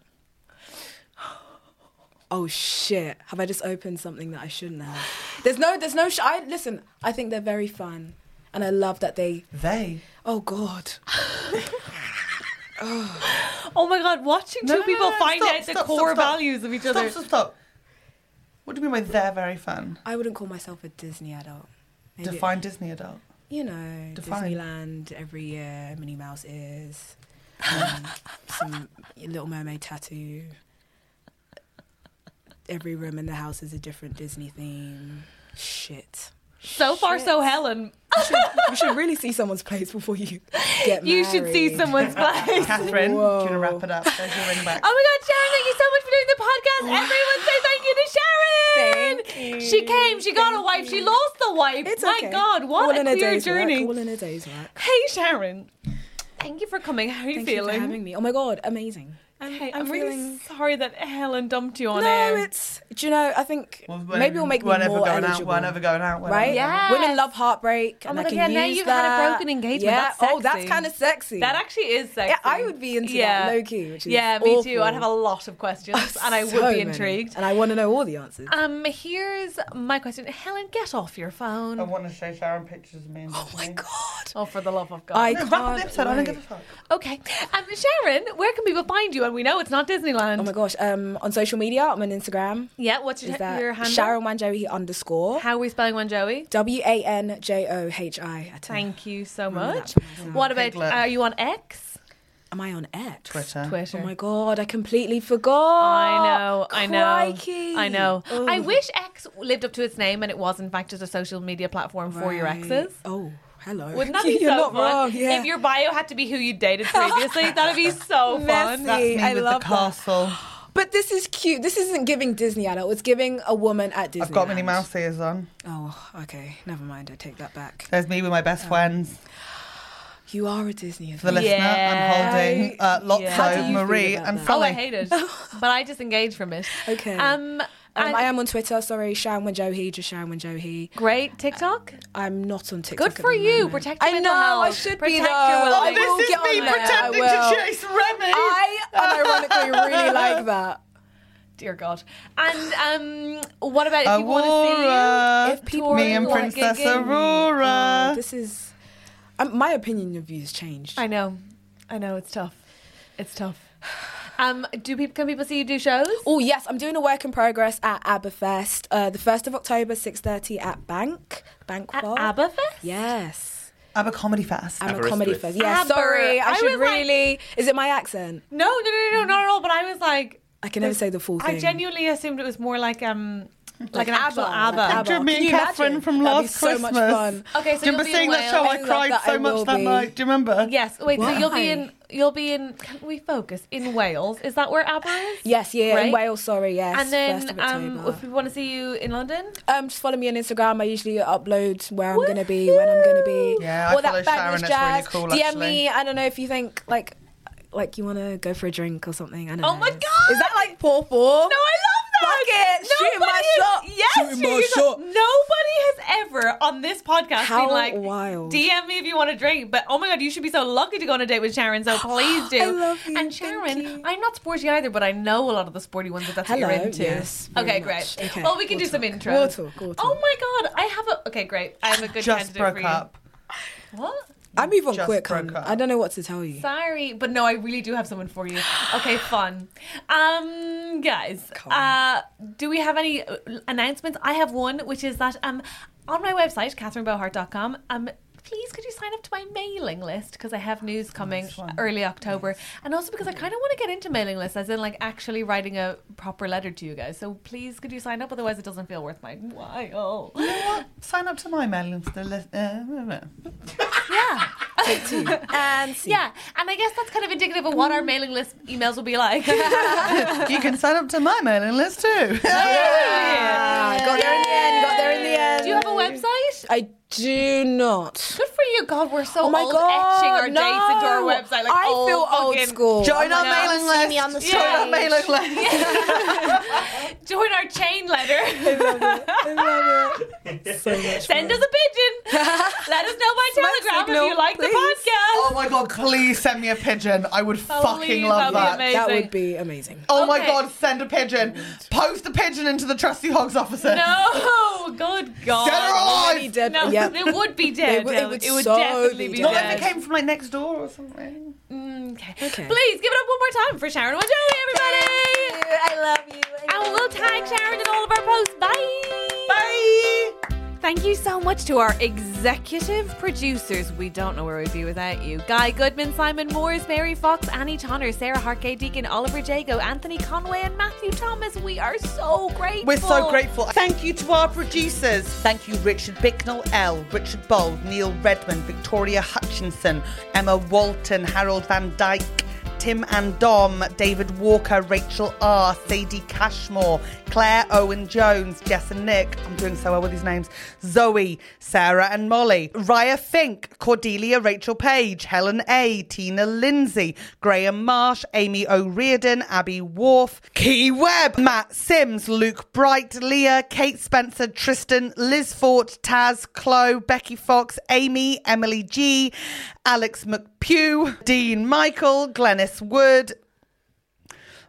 F: Oh shit! Have I just opened something that I shouldn't have? There's no, there's no. Sh- I listen. I think they're very fun, and I love that they.
I: They.
F: Oh god!
B: Oh my god, watching two
I: No, no,
B: people
I: no, no,
B: find
I: stop,
B: out the
I: stop,
B: core
I: stop, stop.
B: values of each
I: Stop,
B: other.
I: stop, stop. What do you mean by they're very fun?
F: I wouldn't call myself a Disney adult. Maybe-
I: Define Disney adult.
F: You know,
I: Define.
F: Disneyland every year, Minnie
B: [laughs]
F: Mouse ears, um, some Little Mermaid tattoo. Every room in the house is a different Disney theme. Shit.
B: So far, so Helen.
F: You should, you should really see someone's place before you get married.
B: You should see
F: [laughs]
B: someone's place.
I: Catherine,
F: [laughs] Whoa.
I: do you want to wrap it up? There's your ring back.
B: Oh my God, Sharon, thank you so much for doing the podcast. Everyone say thank you to Sharon.
F: Thank you.
B: She came, she got a wife, she lost the wife.
F: It's
B: my
F: okay.
B: God, what
F: All
B: a
F: in a
B: queer
F: day's work,
B: journey.
F: all in a day's work.
B: Hey, Sharon. Thank you for coming. How are you
F: Thank
B: feeling?
F: you for having me. Oh my god, amazing.
B: I'm,
F: Hey,
B: I'm
F: I'm
B: really
F: feeling-
B: sorry that Helen dumped you on
F: No,
B: air.
F: it's do you know? I think
I: Well, we're
F: maybe
I: never-
F: it'll make me
I: we're
F: more
I: never going out,
F: eligible.
I: we're never going out, we're never
F: right?
I: going
B: out.
F: Women love heartbreak.
B: Oh
F: and
B: my
F: I
B: God,
F: can
B: yeah, now
F: use
B: you've had a
F: that.
B: broken engagement,
F: Yeah.
B: that's
F: Oh, that's
B: sexy.
F: kind of sexy.
B: that
F: [laughs]
B: actually is sexy.
F: Yeah, I would be into that low key, which is
B: yeah, me too.
F: awful. Oh,
B: I'd have a lot of
F: [laughs]
B: questions, and I would
F: So
B: be
F: many.
B: intrigued.
F: and I want to know all the answers.
B: Um, here's my question, Helen. Get off your phone.
F: Oh,
I: I want to show Sharon pictures of me. And oh my god.
B: Oh, for the love of God.
F: I
I: No,
F: can't.
I: wrap up the episode. I don't give a
F: wait.
I: fuck.
B: Okay. Um, Sharon, where can people find you? And we know it's not Disneyland.
F: Oh my gosh! Um, on social media, I'm on Instagram.
B: Yeah, what's your,
F: Is that
B: your handle?
F: Sharon Wanjohi underscore
B: How are we spelling one,
F: [sighs]
B: Joey?
F: W A N J O H I.
B: Thank you so
F: Remember
B: much.
F: that for myself.
B: What about,
I: Piglet.
B: are you on X?
F: Am I on X?
I: Twitter.
B: Twitter.
F: Oh my god! I completely forgot.
B: I know, I know,
F: Oh Crikey. Oh.
B: I know. I
F: Ugh.
B: wish X lived up to its name and it was in fact just a social media platform for your
F: Right.
B: exes.
F: Oh, hello. [laughs]
B: Wouldn't that be
F: You're
B: so
F: not
B: fun?
F: wrong. Yeah.
B: If your bio had to be who you dated previously, that'd be so fun.
F: [laughs] Messy.
I: That's me
F: I
I: with
F: love
I: the
F: that.
I: castle.
F: But this is cute. This isn't giving Disney adult. It's giving a woman at Disney.
I: I've got Minnie Mouse ears on.
F: Oh, okay. Never mind. I take that back.
I: There's me with my
F: Oh.
I: best friends.
F: You are a Disney
I: For the
F: adult.
I: listener,
B: Yeah.
I: I'm holding uh, Lotso,
B: Yeah. How
F: do you feel
I: Marie,
F: about
I: and
F: that?
B: Oh,
I: Sally.
B: I hate [laughs] it. but I disengage from it.
F: Okay.
B: Um,
F: Um,
B: and-
F: I am on Twitter. Sorry, Sharon Johi, just Sharon Johi.
B: Great TikTok.
F: I'm not on TikTok.
B: Good
F: at
B: for
F: the
B: you.
F: moment.
B: Protect your
F: I
B: mental
F: know. I
B: health.
F: should be
B: Protect
F: though.
B: your well-being.
F: I will
I: Oh, This is
F: get on
I: me
F: there. I
I: pretending
F: will.
I: to chase Remy.
F: I unironically really
I: [laughs]
F: like that.
B: Dear God. And um, what about if you want
I: Aurora.
B: to see
F: If people
I: me and
F: like
I: Princess
B: gigging.
I: Aurora.
F: Oh, this is um, my opinion of you's changed.
B: I know, I know it's tough. It's tough. [sighs] Um, do people can people see you do shows?
F: Oh yes, I'm doing a work in progress at Aberfest. Uh, the first of October, six thirty at Bank Bank
B: At
F: Bar.
B: ABBA
F: Yes,
I: Aber Comedy Fest.
F: I'm a
G: Aberystwyth.
F: comedy fest. Yeah,
B: Aber.
F: sorry, I,
B: I
F: should
B: was like-
F: really. Is it my accent?
B: No, no, no, no, not at all. But I was like,
F: I can never say the full thing.
B: I genuinely assumed it was more like um, like, an actual ABBA.
F: like ABBA.
I: Picture me
F: Can
I: and
F: you
I: Catherine
F: imagine?
I: from
F: That'd be
I: last
F: so
I: Christmas.
F: much fun.
B: Okay, so
I: do you
B: you'll
I: remember
B: be
I: seeing
B: in
I: that show?
B: Wales.
I: I
F: I
I: cried
F: love that
I: so
F: I
I: much
F: will
I: that
F: be.
I: night. Do you remember?
B: Yes. Wait. So you'll be
F: Why?
B: in. You'll be in. Can we focus in Wales? Is that where ABBA is?
F: Yes, yeah,
B: Right?
F: in Wales. Sorry, yes.
B: And
F: first of
B: then, um,
F: October.
B: if people want to see you in London,
F: Um, just follow me on Instagram. I usually upload where I'm going to be, when I'm going to be.
I: Yeah, I
F: All
I: follow
F: that bad
I: Sharon,
F: news
I: it's really
F: jazz.
I: cool,
F: DM
I: actually.
F: me. I don't know if you think like like you want to go for a drink or something. I don't
B: Oh
F: know.
B: my God!
F: is that like poor four?
B: No, I love that.
F: Fuck it, shoot in my
B: Nobody has-
F: shot.
B: Yes,
F: Shoot in my
B: your
F: shot.
B: Nobody has ever on this podcast
F: How
B: been like,
F: wild.
B: DM me if you want to drink. But oh my god, you should be so lucky to go on a date with Sharon.
F: [gasps]
B: So please do.
F: I love you,
B: And
F: thank
B: Sharon,
F: you.
B: I'm not sporty either, but I know a lot of the sporty ones that that's what
F: Hello,
B: you're into.
F: yes, very
B: okay,
F: much.
B: great.
F: Okay,
B: Well, we can
F: we'll
B: do some
F: talk.
B: intro.
F: We'll talk, we'll
B: Oh
F: talk.
B: my god, I have a. Okay, great. I have a good
I: Just
B: candidate for
I: broke
B: you.
I: up.
B: What?
F: I move on
I: Just
F: quick.
I: broke
F: hun.
I: up.
F: I don't know what to tell you.
B: Sorry, but no, I really do have someone for you. Okay, fun. Um, guys, uh, do we have any uh, announcements? I have one, which is that um, on my website, catherinebohart.com, um, please could you sign up to my mailing list because I have news coming early October, and also because I kind of want to get into mailing lists, as in like actually writing a proper letter to you guys. So please could you sign up? Otherwise, it doesn't feel worth my while.
I: You know what? Sign up to my mailing list. Uh,
B: Yeah.
F: Take two.
B: and um, yeah, and I guess that's kind of indicative of what our mailing list emails will be like.
A: you can sign up to my mailing list too.
F: Uh, Got there in the end. Got there in the end.
B: Do you have a website?
F: I do not.
B: Good for you. God, we're so
F: Oh my
B: old
F: God,
B: etching our
F: no.
B: dates into our website. Like
F: I
B: old
F: feel old
B: fucking-
F: school.
A: Join
B: Oh
A: our
B: my
A: mailing
B: God.
A: list.
F: me on the
A: Join our
B: stage.
A: mailing list.
B: Join our chain letter.
A: [laughs]
F: So much
B: Send us a pigeon.
F: [laughs]
B: Let us know by telegram
F: signal,
B: if you like
F: please.
B: the podcast.
F: [laughs]
A: Oh my god! Please send me a pigeon. I would fucking
B: please,
A: love
B: that'd
A: that.
B: be amazing.
F: That would be amazing.
A: Oh my
B: Okay.
A: god! Send a pigeon. Post a pigeon into the trusty hogs officer.
B: No, good God.
A: Get her
I: Oh,
A: alive.
F: Already dead.
B: No,
F: Yeah.
B: it would be dead.
F: It would- it
B: Helen.
F: would
B: It would
F: so
B: definitely
F: be
B: be
A: Not if
F: dead.
B: dead. Mm,
A: it came from like next door or something.
B: Okay.
F: Okay.
B: Please give it up one more time for Sharon Wajay, everybody.
F: I love you.
B: And we'll tag Sharon in all of our posts. Bye.
A: Bye.
B: Thank you so much to our executive producers. We don't know where we'd be without you. Guy Goodman, Simon Moores, Mary Fox, Annie Tonner, Sarah Harkay Deacon, Oliver Jago, Anthony Conway, and Matthew Thomas. We are so grateful.
A: We're so grateful. Thank you to our producers. Thank you, Richard Bicknell L, Richard Bold, Neil Redmond, Victoria Hutchinson, Emma Walton, Harold Van Dyke. Tim and Dom, David Walker, Rachel R, Sadie Cashmore, Claire Owen Jones, Jess and Nick. I'm doing so well with these names. Zoe, Sarah and Molly, Raya Fink, Cordelia Rachel Page, Helen A, Tina Lindsay, Graham Marsh, Amy O'Reardon, Abby Wharf, Key Webb, Matt Sims, Luke Bright, Leah, Kate Spencer, Tristan, Liz Fort, Taz, Chloe, Becky Fox, Amy, Emily G, Alex McPew, Dean Michael, Glennis Wood.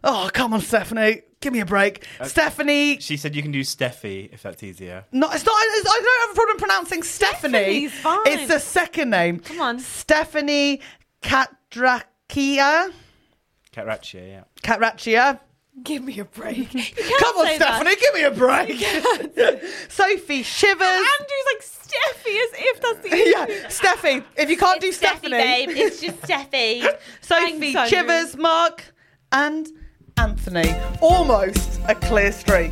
A: Oh, come on, Stephanie. Give me a break. Stephanie.
G: She said you can do Steffi if that's easier.
A: No, it's not. It's, I don't have a problem pronouncing Stephanie.
B: Stephanie's fine.
A: It's a second name. Come
B: on.
A: Stephanie Katrakia.
G: Catraccia, yeah.
A: Katrachia.
B: Give me a [laughs] break.
A: Come on,
B: say
A: Stephanie, give me a break. [laughs] Sophie Shivers.
B: Andrew's like Steffi as if that's the
A: [laughs] yeah, Steffi. If you can't do Stephanie,
B: It's just Steffi.
A: [laughs] Sophie Shivers, Mark, and Anthony. Almost a clear streak.